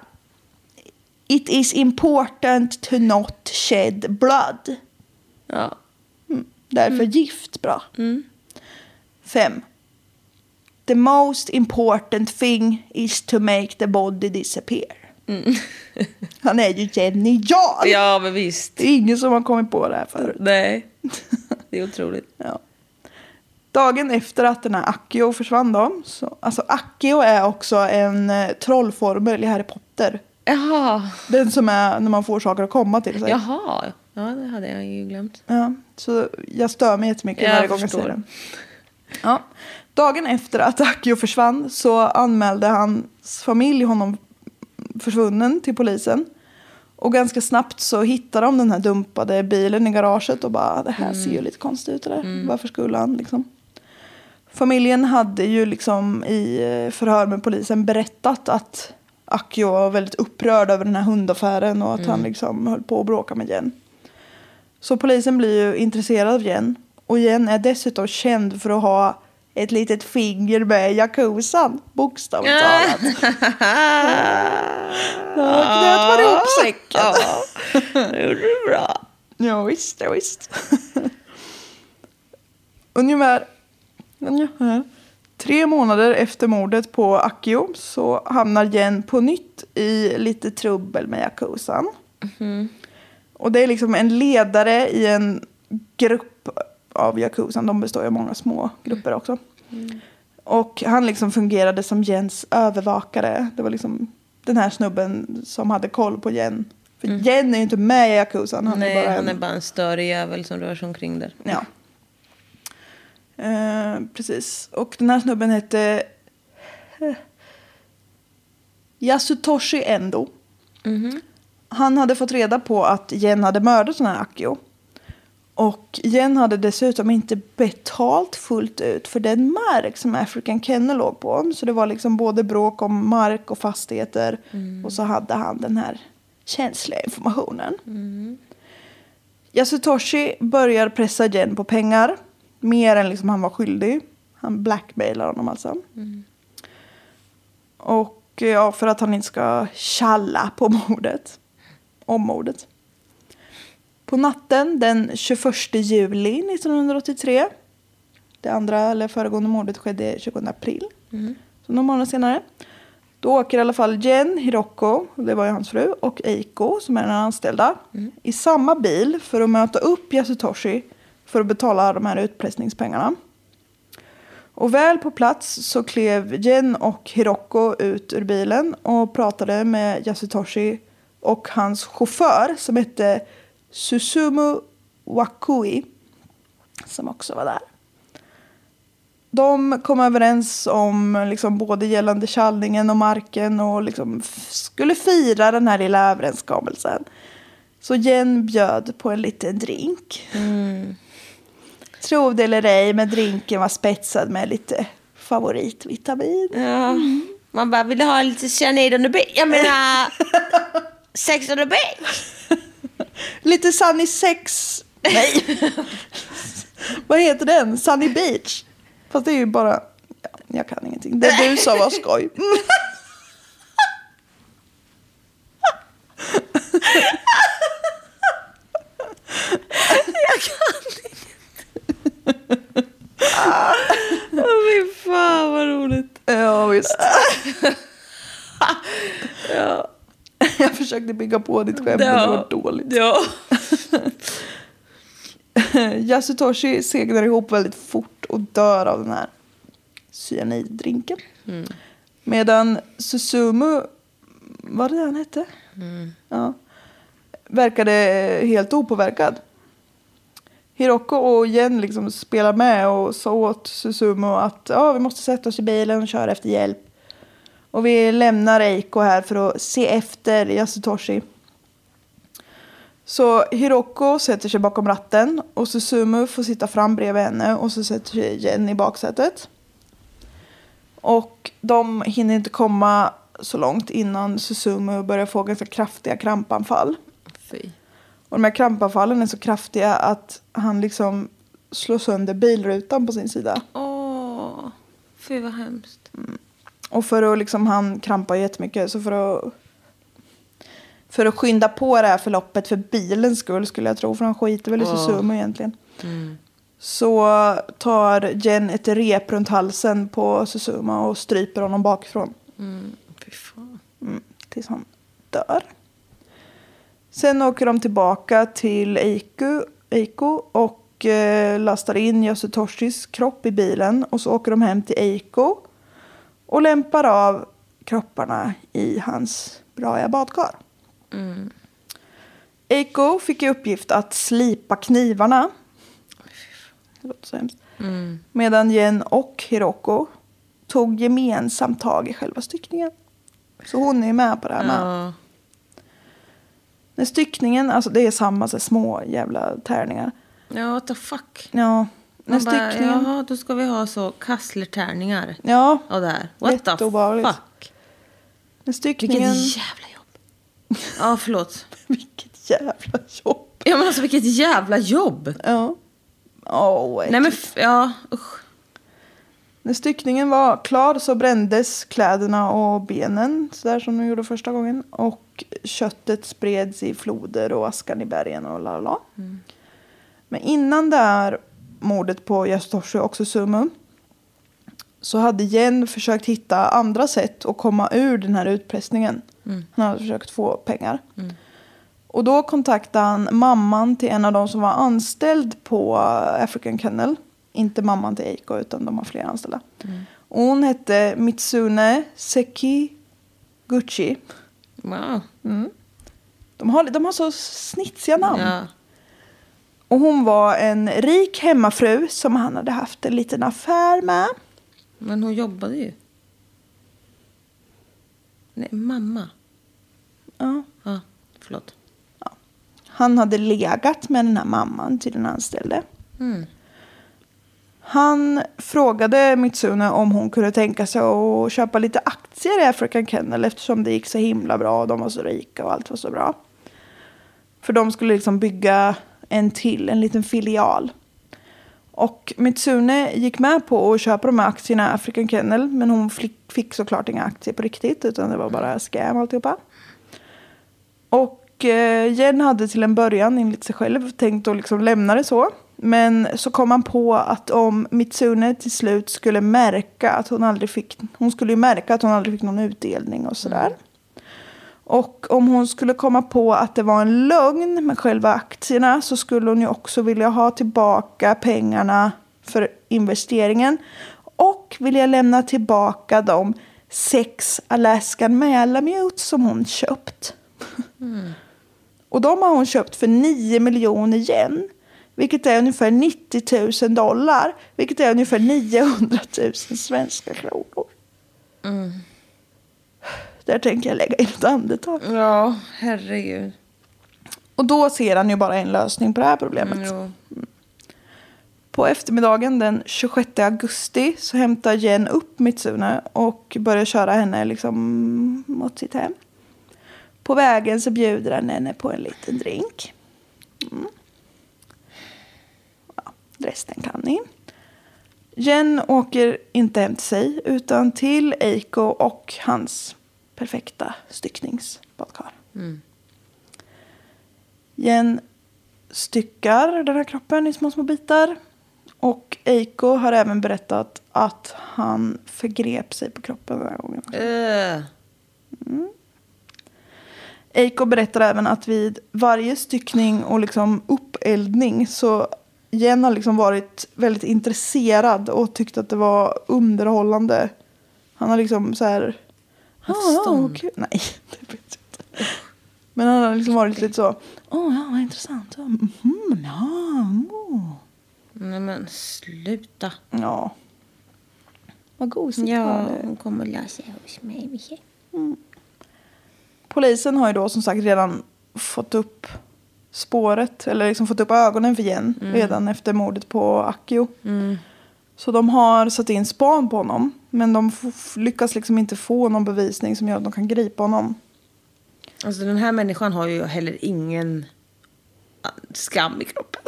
[SPEAKER 2] It is important to not shed blood.
[SPEAKER 3] Ja.
[SPEAKER 2] Därför
[SPEAKER 3] Mm.
[SPEAKER 2] gift bra. Fem. The most important thing is to make the body disappear. han är ju genial!
[SPEAKER 3] Mm. ja, men visst.
[SPEAKER 2] Det är ingen som har kommit på det här förut.
[SPEAKER 3] Nej, det är otroligt.
[SPEAKER 2] Ja. Dagen efter att den här Akio försvann då. Så, alltså Akio är också en eh, trollformel i Harry Potter.
[SPEAKER 3] Jaha.
[SPEAKER 2] Den som är när man får saker att komma till sig.
[SPEAKER 3] Jaha. Ja, det hade jag ju glömt.
[SPEAKER 2] Ja, så jag stör mig jättemycket
[SPEAKER 3] Jag
[SPEAKER 2] varje gång jag
[SPEAKER 3] förstår.
[SPEAKER 2] ser den. Ja. Dagen efter att Akio försvann så anmälde hans familj honom försvunnen till polisen. Och ganska snabbt så hittade de den här dumpade bilen i garaget och bara det här ser
[SPEAKER 3] Mm.
[SPEAKER 2] ju lite konstigt ut det där. Varför skulle han liksom? Familjen hade ju liksom i eh, förhör med polisen berättat att Akio var väldigt upprörd över den här hundaffären och att han
[SPEAKER 3] Mm.
[SPEAKER 2] liksom höll på att bråka med Jen. Så polisen blir ju intresserad av Jen. Och Jen är dessutom känd för att ha ett litet finger med i jacuzzan, bokstavligt talat.
[SPEAKER 3] (laughs)
[SPEAKER 2] Då knöt man ihop säcken.
[SPEAKER 3] Ja, det gjorde du bra.
[SPEAKER 2] Ja, visst, ja, visst. ungefär, ungefär tre månader efter mordet på Akio så hamnar Jen på nytt i lite trubbel med Yakuzan.
[SPEAKER 3] Mhm.
[SPEAKER 2] Och det är liksom en ledare i en grupp av Yakuzan. De består ju av många små grupper också.
[SPEAKER 3] Mm.
[SPEAKER 2] Och han liksom fungerade som Jens övervakare. Det var liksom den här snubben som hade koll på Jen. För Jen är ju inte med i Yakuzan. Han är
[SPEAKER 3] Mm. Nej,
[SPEAKER 2] bara
[SPEAKER 3] han
[SPEAKER 2] en-
[SPEAKER 3] är bara en större jävel som rör sig omkring där.
[SPEAKER 2] Ja. Eh, precis. Och den här snubben hette eh, Yasutoshi Endo. Han hade fått reda på att Jen hade mördat den här Akio. Och Jen hade dessutom inte betalt fullt ut för den mark som African Kennel låg på. Så det var liksom både bråk om mark och fastigheter. Och så hade han den här känsliga informationen. Yasutoshi börjar pressa Jen på pengar. Mer än liksom han var skyldig. Han blackmailar honom alltså. Och eh, ja, för att han inte ska tjalla på (laughs) mordet. Om mordet. På natten den 21 juli 1983. Det andra eller föregående mordet skedde 20 april. Så några månader senare. Då åker i alla fall Jen Hiroko, det var ju hans fru, och Eiko som är den anställda i samma bil för att möta upp Yasutoshi för att betala de här utpressningspengarna. Och väl på plats så klev Jen och Hiroko ut ur bilen och pratade med Yasutoshi och hans chaufför som hette Susumu Wakui som också var där. De kom överens om liksom, både gällande kallningen och marken och liksom, f- skulle fira den här lilla överenskommelsen. Så Jen bjöd på en liten drink. Tro det eller ej, men drinken var spetsad med lite favoritvitamin.
[SPEAKER 3] Ja. Man bara, vill du ha lite cyanid on the beach?
[SPEAKER 2] (laughs)
[SPEAKER 3] Jag menar, sex on the beach?
[SPEAKER 2] Lite Sunny Sex... Nej. (laughs) Vad heter den? Sunny Beach? Fast det är ju bara... Ja, jag kan ingenting. Det du sa var skoj.
[SPEAKER 3] Fy fan vad roligt.
[SPEAKER 2] Ah. Ja,
[SPEAKER 3] (laughs)
[SPEAKER 2] visst. Jag försökte bygga på ditt skämt, men det var dåligt.
[SPEAKER 3] Ja.
[SPEAKER 2] (laughs) Yasutoshi segnar ihop väldigt fort och dör av den här cyanidrinken. Medan Susumu, var det det han hette? Ja. Verkade helt opåverkad. Hiroko och Jen liksom spelar med och sa åt Susumu att ja, vi måste sätta oss i bilen och köra efter hjälp. Och vi lämnar Eiko här för att se efter Yasutoshi. Så Hiroko sätter sig bakom ratten och Susumu får sitta fram bredvid henne och så sätter sig Jen i baksätet. Och de hinner inte komma så långt innan Susumu börjar få ganska kraftiga krampanfall.
[SPEAKER 3] Fy.
[SPEAKER 2] Och de här krampanfallen är så kraftiga att han liksom slår sönder bilrutan på sin sida.
[SPEAKER 3] Åh, fy vad hemskt.
[SPEAKER 2] Och för att liksom, han krampar jättemycket så för att för att skynda på det här förloppet för bilens skull skulle jag tro. För han skiter väl i Susumu egentligen. Så tar Jen ett rep runt halsen på Susumu och stryper honom bakifrån.
[SPEAKER 3] Fy fan.
[SPEAKER 2] Mm, tills han dör. Sen åker de tillbaka till Eiku, Eiko och eh, lastar in Yasutoshis kropp i bilen och så åker de hem till Eiko och lämpar av kropparna i hans braja badkar. Eiko fick i uppgift att slipa knivarna. Det låter så hemskt. Medan Jen och Hiroko tog gemensamt tag i själva styckningen. Så hon är ju med på det här med.
[SPEAKER 3] Ja.
[SPEAKER 2] När styckningen, alltså det är samma så här, små jävla tärningar.
[SPEAKER 3] Ja, what the fuck.
[SPEAKER 2] Ja, när
[SPEAKER 3] Man bara,
[SPEAKER 2] styckningen...
[SPEAKER 3] jaha, då ska vi ha så kasslertärningar.
[SPEAKER 2] ja,
[SPEAKER 3] Och det här. What the
[SPEAKER 2] Jätteobehagligt.
[SPEAKER 3] fuck.
[SPEAKER 2] när
[SPEAKER 3] Vilket
[SPEAKER 2] styckningen...
[SPEAKER 3] jävla jobb. Ja, förlåt.
[SPEAKER 2] Vilket jävla jobb.
[SPEAKER 3] Ja, men alltså vilket jävla jobb.
[SPEAKER 2] Ja. Åh,
[SPEAKER 3] Nej, men
[SPEAKER 2] äckligt.
[SPEAKER 3] f- ja, usch.
[SPEAKER 2] När styckningen var klar så brändes kläderna och benen, så där som de gjorde första gången. Och köttet spreds i floder och askan i bergen och la la, la. Men innan det här mordet på Yasutoshi och Susumu så hade Jen försökt hitta andra sätt att komma ur den här utpressningen. Han hade försökt få pengar. Och då kontaktade han mamman till en av de som var anställd på African Kennel. Inte mamman till Eiko, utan de har flera anställda. Och hon hette Mitsune Seki Gucci.
[SPEAKER 3] Wow.
[SPEAKER 2] De har, de har så snitsiga namn.
[SPEAKER 3] Ja.
[SPEAKER 2] Och hon var en rik hemmafru som han hade haft en liten affär med.
[SPEAKER 3] Men hon jobbade ju. Nej, mamma.
[SPEAKER 2] Ja.
[SPEAKER 3] Ja, förlåt.
[SPEAKER 2] Han hade legat med den här mamman till den anställde. Han frågade Mitsune om hon kunde tänka sig att köpa lite aktier i African Kennel eftersom det gick så himla bra och de var så rika och allt var så bra. För de skulle liksom bygga en till, en liten filial. Och Mitsune gick med på att köpa de här aktierna i African Kennel men hon flick- fick såklart inga aktier på riktigt utan det var bara scam alltihopa. Och eh, Jen hade till en början enligt sig själv tänkt att liksom lämna det så. Men så kom han på att om Mitsune till slut skulle märka att hon aldrig fick, hon skulle ju märka att hon aldrig fick någon utdelning och sådär. Och om hon skulle komma på att det var en lögn med själva aktierna så skulle hon ju också vilja ha tillbaka pengarna för investeringen och vilja lämna tillbaka de sex Alaskan Malamute som hon köpt. Och de har hon köpt för 9 miljoner yen. Vilket är ungefär 90 000 dollar. Vilket är ungefär 900 000 svenska kronor. Där tänker jag lägga in ett andetag.
[SPEAKER 3] Ja, herregud.
[SPEAKER 2] Och då ser han ju bara en lösning på det här problemet.
[SPEAKER 3] Mm, Jo.
[SPEAKER 2] På eftermiddagen den 26 augusti så hämtar Jen upp Mitsune och börjar köra henne liksom mot sitt hem. På vägen så bjuder han henne på en liten drink. Mm. Ja, resten kan ni. Jen åker inte hem till sig utan till Eiko och hans perfekta styckningsbadkar. Jen styckar den här kroppen i små, små bitar. Och Eiko har även berättat att han förgrep sig på kroppen den här gången.
[SPEAKER 3] Eh,
[SPEAKER 2] Eiko berättar även att vid varje styckning och liksom uppeldning så Jen har liksom varit väldigt intresserad och tyckt att det var underhållande. Han har liksom så här... "Ah, ja,
[SPEAKER 3] Avstånd.
[SPEAKER 2] okej." Nej, (laughs) det vet jag inte. Men han har liksom varit lite så... Åh, ja, vad intressant. Mm, ja, mm.
[SPEAKER 3] nej men sluta.
[SPEAKER 2] Ja. Vad gosigt
[SPEAKER 3] Ja,
[SPEAKER 2] var det.
[SPEAKER 3] hon kommer läsa hos mig.
[SPEAKER 2] Polisen har ju då som sagt redan fått upp spåret, eller liksom fått upp ögonen för Jen
[SPEAKER 3] Mm.
[SPEAKER 2] redan efter mordet på Akio. Så de har satt in span på honom, men de f- lyckas liksom inte få någon bevisning som gör att de kan gripa honom.
[SPEAKER 3] Alltså den här människan har ju heller ingen ah, skam i kroppen.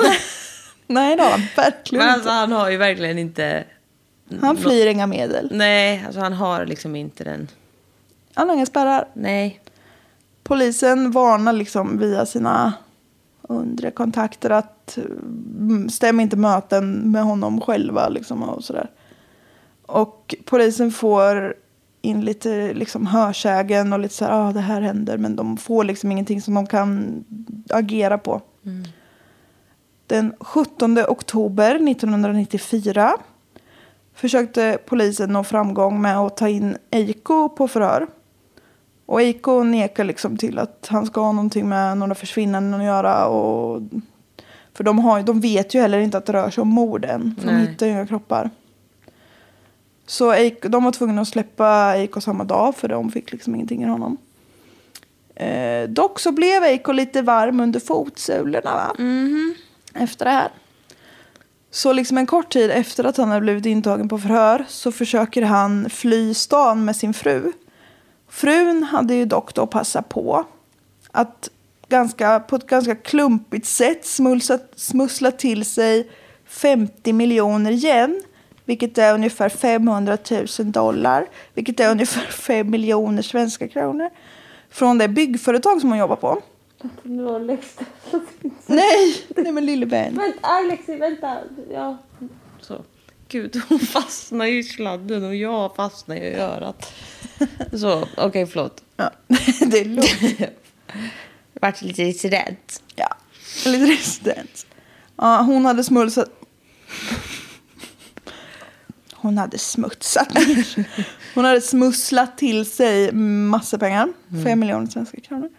[SPEAKER 2] Nej då, verkligen
[SPEAKER 3] (laughs) Men alltså,
[SPEAKER 2] inte.
[SPEAKER 3] han har ju verkligen inte...
[SPEAKER 2] Han flyr inga medel.
[SPEAKER 3] Nej, alltså han har liksom inte den...
[SPEAKER 2] Han har inga spärrar.
[SPEAKER 3] Nej.
[SPEAKER 2] Polisen varnar liksom via sina undre kontakter att mm, stäm inte möten med honom själva liksom och sådär. Och polisen får in lite liksom hörsägen och lite så här, ah, det här händer, men de får liksom ingenting som de kan agera på. Den 17 oktober 1994 försökte polisen nå framgång med att ta in Eiko på förhör. Och Eiko nekar liksom till att han ska ha någonting med några försvinnanden att göra. Och... För de, har, ju- de vet ju heller inte att det rör sig om mord än. För de
[SPEAKER 3] Nej.
[SPEAKER 2] hittar ju inga kroppar. Så Eiko, de var tvungna att släppa Eiko samma dag för de fick liksom ingenting ur honom. Eh, dock så blev Eiko lite varm under fotsulorna va? efter det här. Så liksom en kort tid efter att han har blivit intagen på förhör så försöker han fly stan med sin fru. Frun hade ju dock då passat på att ganska, på ett ganska klumpigt sätt smulsa, smussla till sig 50 miljoner yen, vilket är ungefär 500 000 dollar, vilket är ungefär (laughs) 5 miljoner svenska kronor, från det byggföretag som hon jobbar på.
[SPEAKER 3] Nu har Lex...
[SPEAKER 2] Nej, nej men lille vän.
[SPEAKER 3] Vänta, Alexi, vänta. Ja. Så. Gud, (laughs) hon fastnar ju i sladden och jag fastnar ju i örat.
[SPEAKER 2] (laughs)
[SPEAKER 3] Så, okej, förlåt. (laughs)
[SPEAKER 2] Ja, (laughs) det är lugnt.
[SPEAKER 3] Vart lite incident.
[SPEAKER 2] Ja, lite resistent. Ja, hon hade smulsat... Hon hade smutsat ner. Hon hade smusslat till sig massa pengar. Fem miljoner svenska kronor.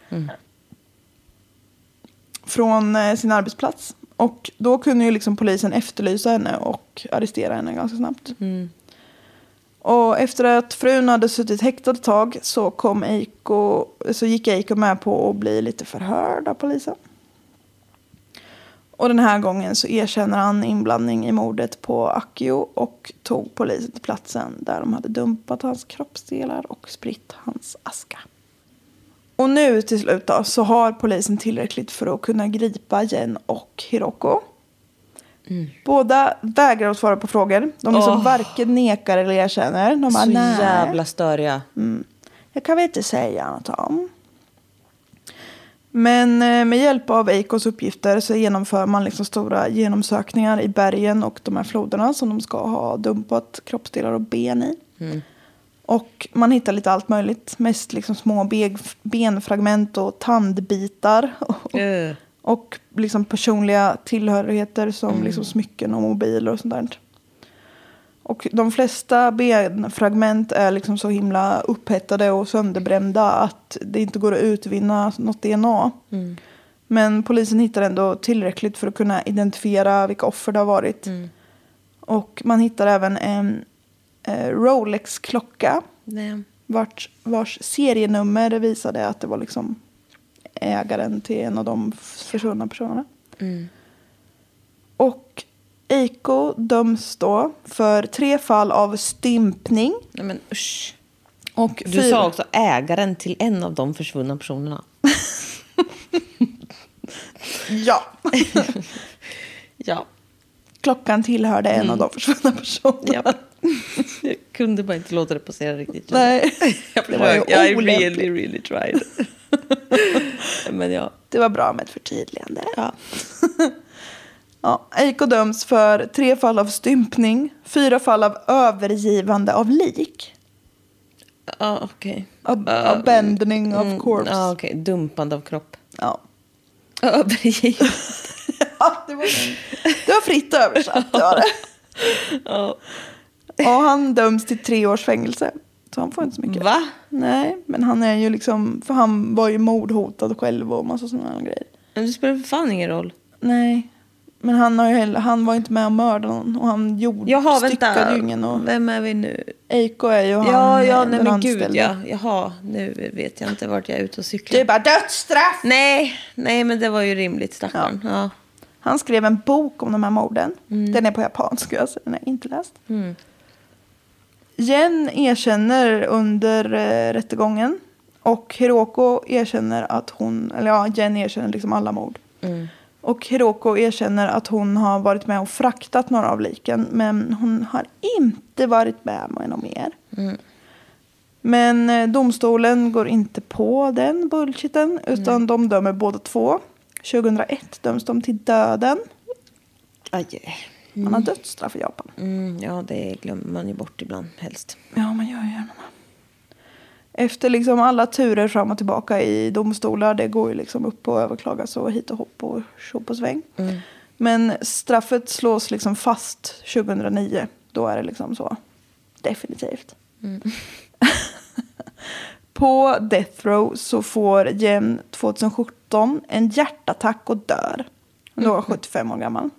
[SPEAKER 2] Från eh, sin arbetsplats. Och då kunde ju liksom polisen efterlysa henne och arrestera henne ganska snabbt. Och efter att frun hade suttit häktad ett tag så, kom Eiko, så gick Eiko med på att bli lite förhörd av polisen. Och den här gången så erkänner han inblandning i mordet på Akio och tog polisen till platsen där de hade dumpat hans kroppsdelar och spritt hans aska. Och nu till slut då, så har polisen tillräckligt för att kunna gripa Jen och Hiroko. Båda vägrar att svara på frågor. De liksom
[SPEAKER 3] Mm. Åh.
[SPEAKER 2] varken nekar eller erkänner. De bara,
[SPEAKER 3] Så
[SPEAKER 2] "Nej."
[SPEAKER 3] jävla störiga.
[SPEAKER 2] Jag kan väl inte säga något om. Men eh, med hjälp av Eikos uppgifter så genomför man liksom stora genomsökningar i bergen och de här floderna som de ska ha dumpat kroppsdelar och ben i. Och man hittar lite allt möjligt. Mest liksom små beg- benfragment och tandbitar. (laughs) Och,
[SPEAKER 3] Eh.
[SPEAKER 2] och liksom personliga tillhörigheter som liksom smycken och mobiler och sånt där. Och de flesta benfragment är liksom så himla upphettade och sönderbrända att det inte går att utvinna något DNA. Men polisen hittar ändå tillräckligt för att kunna identifiera vilka offer det har varit. Och man hittar även en eh, Rolex-klocka
[SPEAKER 3] Nej.
[SPEAKER 2] vart, vars serienummer visade att det var liksom ägaren till en av de försvunna personerna.
[SPEAKER 3] Mm.
[SPEAKER 2] Och Eiko döms då för tre fall av stympning.
[SPEAKER 3] Nej, men usch.
[SPEAKER 2] Och
[SPEAKER 3] Du
[SPEAKER 2] fyra-
[SPEAKER 3] sa också ägaren till en av de försvunna personerna.
[SPEAKER 2] Ja, (laughs)
[SPEAKER 3] Ja.
[SPEAKER 2] klockan tillhörde en
[SPEAKER 3] Mm.
[SPEAKER 2] av de försvunna personerna.
[SPEAKER 3] ja. (laughs) Jag kunde bara inte låta det passera riktigt.
[SPEAKER 2] Nej,
[SPEAKER 3] (laughs) Jag
[SPEAKER 2] det var ju
[SPEAKER 3] försökte. I
[SPEAKER 2] olämpligt.
[SPEAKER 3] really, really tried. men ja.
[SPEAKER 2] Det var bra med ett förtydligande. Ja. (laughs) ja, Eiko döms för tre fall av stympning, fyra fall av övergivande av lik.
[SPEAKER 3] Ah, okej.
[SPEAKER 2] Ab- abandoning of corpse.
[SPEAKER 3] Ah, okej. Dumpande av kropp.
[SPEAKER 2] Ja. (laughs)
[SPEAKER 3] (laughs) Övergiven.
[SPEAKER 2] Ja, det, var, det var fritt översatt. Det var det. Och han döms till tre års fängelse. Så han får inte så mycket.
[SPEAKER 3] Va?
[SPEAKER 2] Nej, men han är ju liksom, för han var ju mordhotad själv och massa sådana grejer.
[SPEAKER 3] Men det spelar för fan ingen roll.
[SPEAKER 2] Nej, men han, har ju heller, han var ju inte med och mördade någon och han gjorde,
[SPEAKER 3] Jaha, vänta.
[SPEAKER 2] styckade ju ingen. Och
[SPEAKER 3] Vem är vi nu?
[SPEAKER 2] Eiko är ju han,
[SPEAKER 3] ja, ja,
[SPEAKER 2] eh,
[SPEAKER 3] nej
[SPEAKER 2] den
[SPEAKER 3] men gud
[SPEAKER 2] anställde.
[SPEAKER 3] ja. Jaha, nu vet jag inte vart jag är ute och cyklar.
[SPEAKER 2] Du bara dödsstraff!
[SPEAKER 3] Nej, nej men det var ju rimligt stackarn. Ja.
[SPEAKER 2] Han skrev en bok om de här morden.
[SPEAKER 3] Mm.
[SPEAKER 2] Den är på japanska, så den har jag inte läst. Jen erkänner under eh, rättegången. Och Hiroko erkänner att hon, eller ja, Jen erkänner liksom alla mord.
[SPEAKER 3] Mm.
[SPEAKER 2] Och Hiroko erkänner att hon har varit med och fraktat några av liken. Men hon har inte varit med om något mer. Men eh, domstolen går inte på den bullshiten utan de dömer båda två. 2001 döms de till döden.
[SPEAKER 3] Aj.
[SPEAKER 2] Man har dödsstraff i Japan.
[SPEAKER 3] Mm, ja, det glömmer man ju bort ibland helst.
[SPEAKER 2] Ja, man gör ju gärna det. Efter liksom alla turer fram och tillbaka i domstolar, det går ju liksom upp och överklagas och hit och hopp och tjo på sväng. Men straffet slås liksom fast 2009. Då är det liksom så. Definitivt. (laughs) På death row så får Jen 2017 en hjärtattack och dör. Hon var 75 år gammal.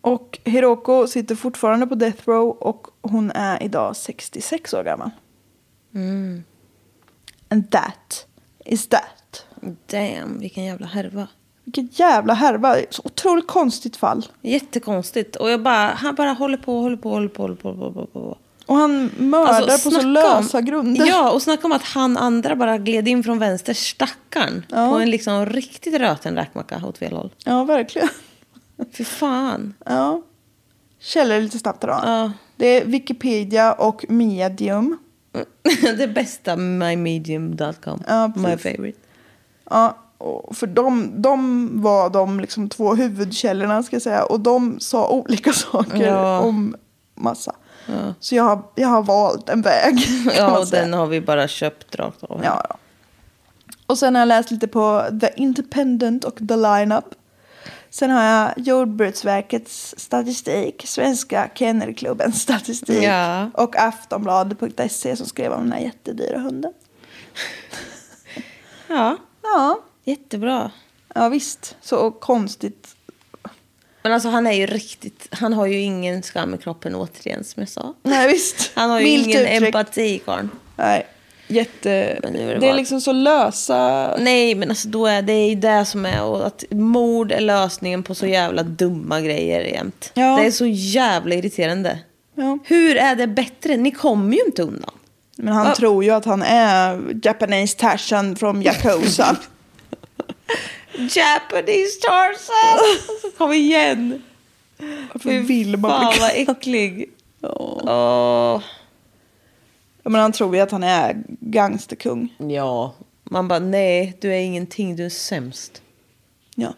[SPEAKER 2] Och Hiroko sitter fortfarande på death row och hon är idag 66 år gammal. And that is that.
[SPEAKER 3] Damn, vilken jävla härva.
[SPEAKER 2] Vilken jävla härva. Så otroligt konstigt fall.
[SPEAKER 3] Jättekonstigt. Och jag bara, han bara håller på, håller på, håller på, håller på, håller på, håller på.
[SPEAKER 2] Och han mördar på så
[SPEAKER 3] Alltså, snacka
[SPEAKER 2] lösa
[SPEAKER 3] om,
[SPEAKER 2] grunder.
[SPEAKER 3] Ja, och snacka om att han andra bara gled in från vänster, stackarn. På en liksom riktigt röten räkmacka åt fel håll.
[SPEAKER 2] ja, verkligen.
[SPEAKER 3] Fy fan. (laughs)
[SPEAKER 2] Ja. Källor lite snabbt då.
[SPEAKER 3] Ja.
[SPEAKER 2] Det är Wikipedia och Medium.
[SPEAKER 3] det bästa mymedium.com.
[SPEAKER 2] Ja, precis.
[SPEAKER 3] My favorite.
[SPEAKER 2] Ja, och för de, de var de liksom två huvudkällorna ska jag säga. Och de sa olika (laughs) saker
[SPEAKER 3] Ja.
[SPEAKER 2] om massa. Så jag har, jag har valt en väg. (laughs) (laughs) kan man
[SPEAKER 3] Ja, och
[SPEAKER 2] säga.
[SPEAKER 3] den har vi bara köpt rakt av.
[SPEAKER 2] Ja, ja. Och sen har jag läst lite på The Independent och The Lineup. Sen har jag Jordbruksverkets statistik, Svenska Kennelklubbens statistik
[SPEAKER 3] Ja.
[SPEAKER 2] och Aftonbladet.se som skrev om den här jättedyra hunden.
[SPEAKER 3] ja,
[SPEAKER 2] Ja,
[SPEAKER 3] jättebra.
[SPEAKER 2] ja visst. Så konstigt.
[SPEAKER 3] Men alltså han är ju riktigt, han har ju ingen skam i kroppen återigen som jag sa.
[SPEAKER 2] Nej, visst.
[SPEAKER 3] (laughs) Han har ju
[SPEAKER 2] Milt
[SPEAKER 3] ingen
[SPEAKER 2] uttryckt.
[SPEAKER 3] empati karln.
[SPEAKER 2] Nej, jätte...
[SPEAKER 3] Men nu är det
[SPEAKER 2] det, är
[SPEAKER 3] bara-
[SPEAKER 2] liksom så lösa...
[SPEAKER 3] Nej men alltså då är det är ju det som är och att mord är lösningen på så jävla dumma grejer jämt.
[SPEAKER 2] Ja.
[SPEAKER 3] Det är så jävla irriterande.
[SPEAKER 2] Ja.
[SPEAKER 3] Hur är det bättre? Ni kommer ju inte undan.
[SPEAKER 2] Men han
[SPEAKER 3] Ja.
[SPEAKER 2] tror ju att han är Japanese Tarzan från
[SPEAKER 3] (laughs)
[SPEAKER 2] Yakuza.
[SPEAKER 3] Japanese Tarzan! Alltså, (laughs) Kom igen!
[SPEAKER 2] Varför vill man
[SPEAKER 3] Fan
[SPEAKER 2] bli
[SPEAKER 3] vad äcklig.
[SPEAKER 2] Ja.
[SPEAKER 3] Åh.
[SPEAKER 2] Ja, Men han tror ju att han är gangsterkung.
[SPEAKER 3] Ja, man bara nej, du är ingenting, du är sämst.
[SPEAKER 2] Ja.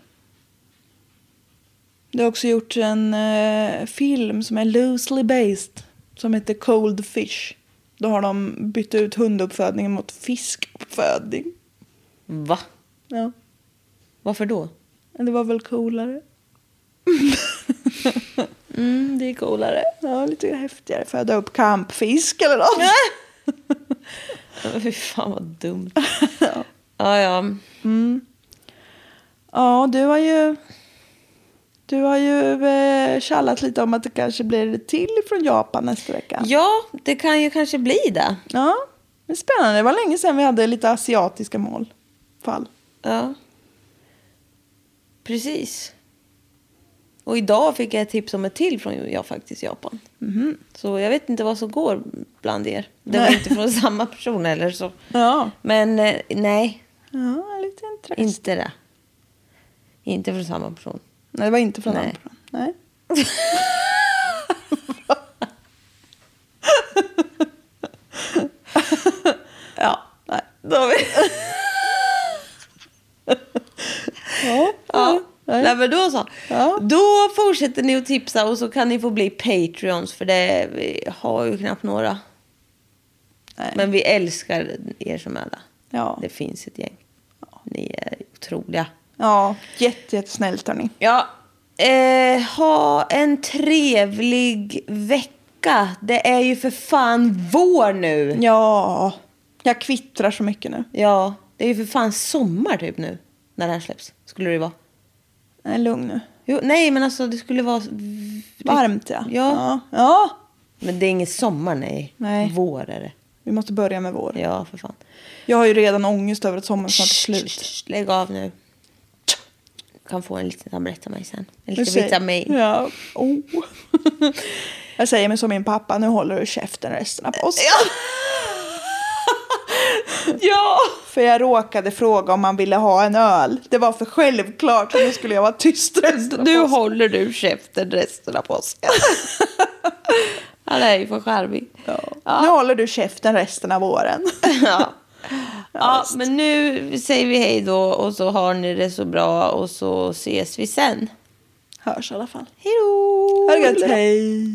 [SPEAKER 2] Det har också gjort en eh, film som är loosely based. Som heter Cold Fish. Då har de bytt ut hunduppfödningen mot fiskuppfödning.
[SPEAKER 3] Va?
[SPEAKER 2] Ja,
[SPEAKER 3] Varför då? (laughs)
[SPEAKER 2] det var väl coolare. (laughs) mm, det är coolare. Ja, lite häftigare. Föda upp kampfisk eller något.
[SPEAKER 3] Men Fy fan
[SPEAKER 2] (laughs)
[SPEAKER 3] vad dumt. ja, ja.
[SPEAKER 2] Ja, du har ju... Du har ju eh, tjallat lite om att det kanske blir till från Japan nästa vecka.
[SPEAKER 3] Ja, det kan ju kanske bli det.
[SPEAKER 2] Ja, det är spännande. Det var länge sedan vi hade lite asiatiska mål. Fall.
[SPEAKER 3] Ja. Precis. Och idag fick jag ett tips om ett till från jag faktiskt Japan. Så jag vet inte vad som går bland er. Det var
[SPEAKER 2] Mhm. Nej.
[SPEAKER 3] inte från (laughs) samma person heller. Så.
[SPEAKER 2] Ja.
[SPEAKER 3] Men eh, nej,
[SPEAKER 2] Ja, lite intressant.
[SPEAKER 3] inte det. Inte från samma person.
[SPEAKER 2] Nej, det var inte från
[SPEAKER 3] Nej.
[SPEAKER 2] Ampa.
[SPEAKER 3] (laughs)
[SPEAKER 2] Nej. ja, nej.
[SPEAKER 3] Då har vi...
[SPEAKER 2] Ja.
[SPEAKER 3] Ja.
[SPEAKER 2] Nej.
[SPEAKER 3] Nej, men då så.
[SPEAKER 2] Ja.
[SPEAKER 3] Då fortsätter ni att tipsa och så kan ni få bli Patreons för det vi har ju knappt några.
[SPEAKER 2] Nej.
[SPEAKER 3] Men vi älskar er som är där.
[SPEAKER 2] Ja.
[SPEAKER 3] Det finns ett gäng. Ni är otroliga.
[SPEAKER 2] ja, jätte, jättesnällt hörni.
[SPEAKER 3] Ja. Eh, ha en trevlig vecka. Det är ju för fan vår nu.
[SPEAKER 2] Ja, jag kvittrar så mycket nu.
[SPEAKER 3] Ja, det är ju för fan sommar typ nu. När det här släpps. Skulle det vara.
[SPEAKER 2] Nej, lugn nu.
[SPEAKER 3] Jo, nej, men alltså det skulle vara...
[SPEAKER 2] Varmt ja.
[SPEAKER 3] Typ Ja.
[SPEAKER 2] ja. Ja,
[SPEAKER 3] Men det är ingen sommar, nej.
[SPEAKER 2] Nej.
[SPEAKER 3] Vår är det.
[SPEAKER 2] vi måste börja med vår.
[SPEAKER 3] Ja, för fan.
[SPEAKER 2] Jag har ju redan ångest över att sommaren snart är
[SPEAKER 3] Shh,
[SPEAKER 2] slut.
[SPEAKER 3] shh, shh, Lägg av nu. Du kan få en liten tablett av mig sen. En
[SPEAKER 2] Nu
[SPEAKER 3] liten
[SPEAKER 2] säger-
[SPEAKER 3] vitamin.
[SPEAKER 2] Ja. Oh. (laughs) jag säger mig som min pappa, nu håller du käften resten av oss. (laughs)
[SPEAKER 3] Ja!
[SPEAKER 2] För jag råkade fråga om han ville ha en öl. Det var för självklart, så nu skulle jag vara tyst resten av
[SPEAKER 3] Nu
[SPEAKER 2] oss.
[SPEAKER 3] håller du käften resten av (laughs) påsken. Han är ju för charmig. Ja.
[SPEAKER 2] Nu håller du käften resten av våren. (laughs)
[SPEAKER 3] Ja. men nu säger vi hej då och så har ni det så bra och så ses vi sen.
[SPEAKER 2] Hörs i alla fall.
[SPEAKER 3] Hej då!
[SPEAKER 2] Ha det gött, hej!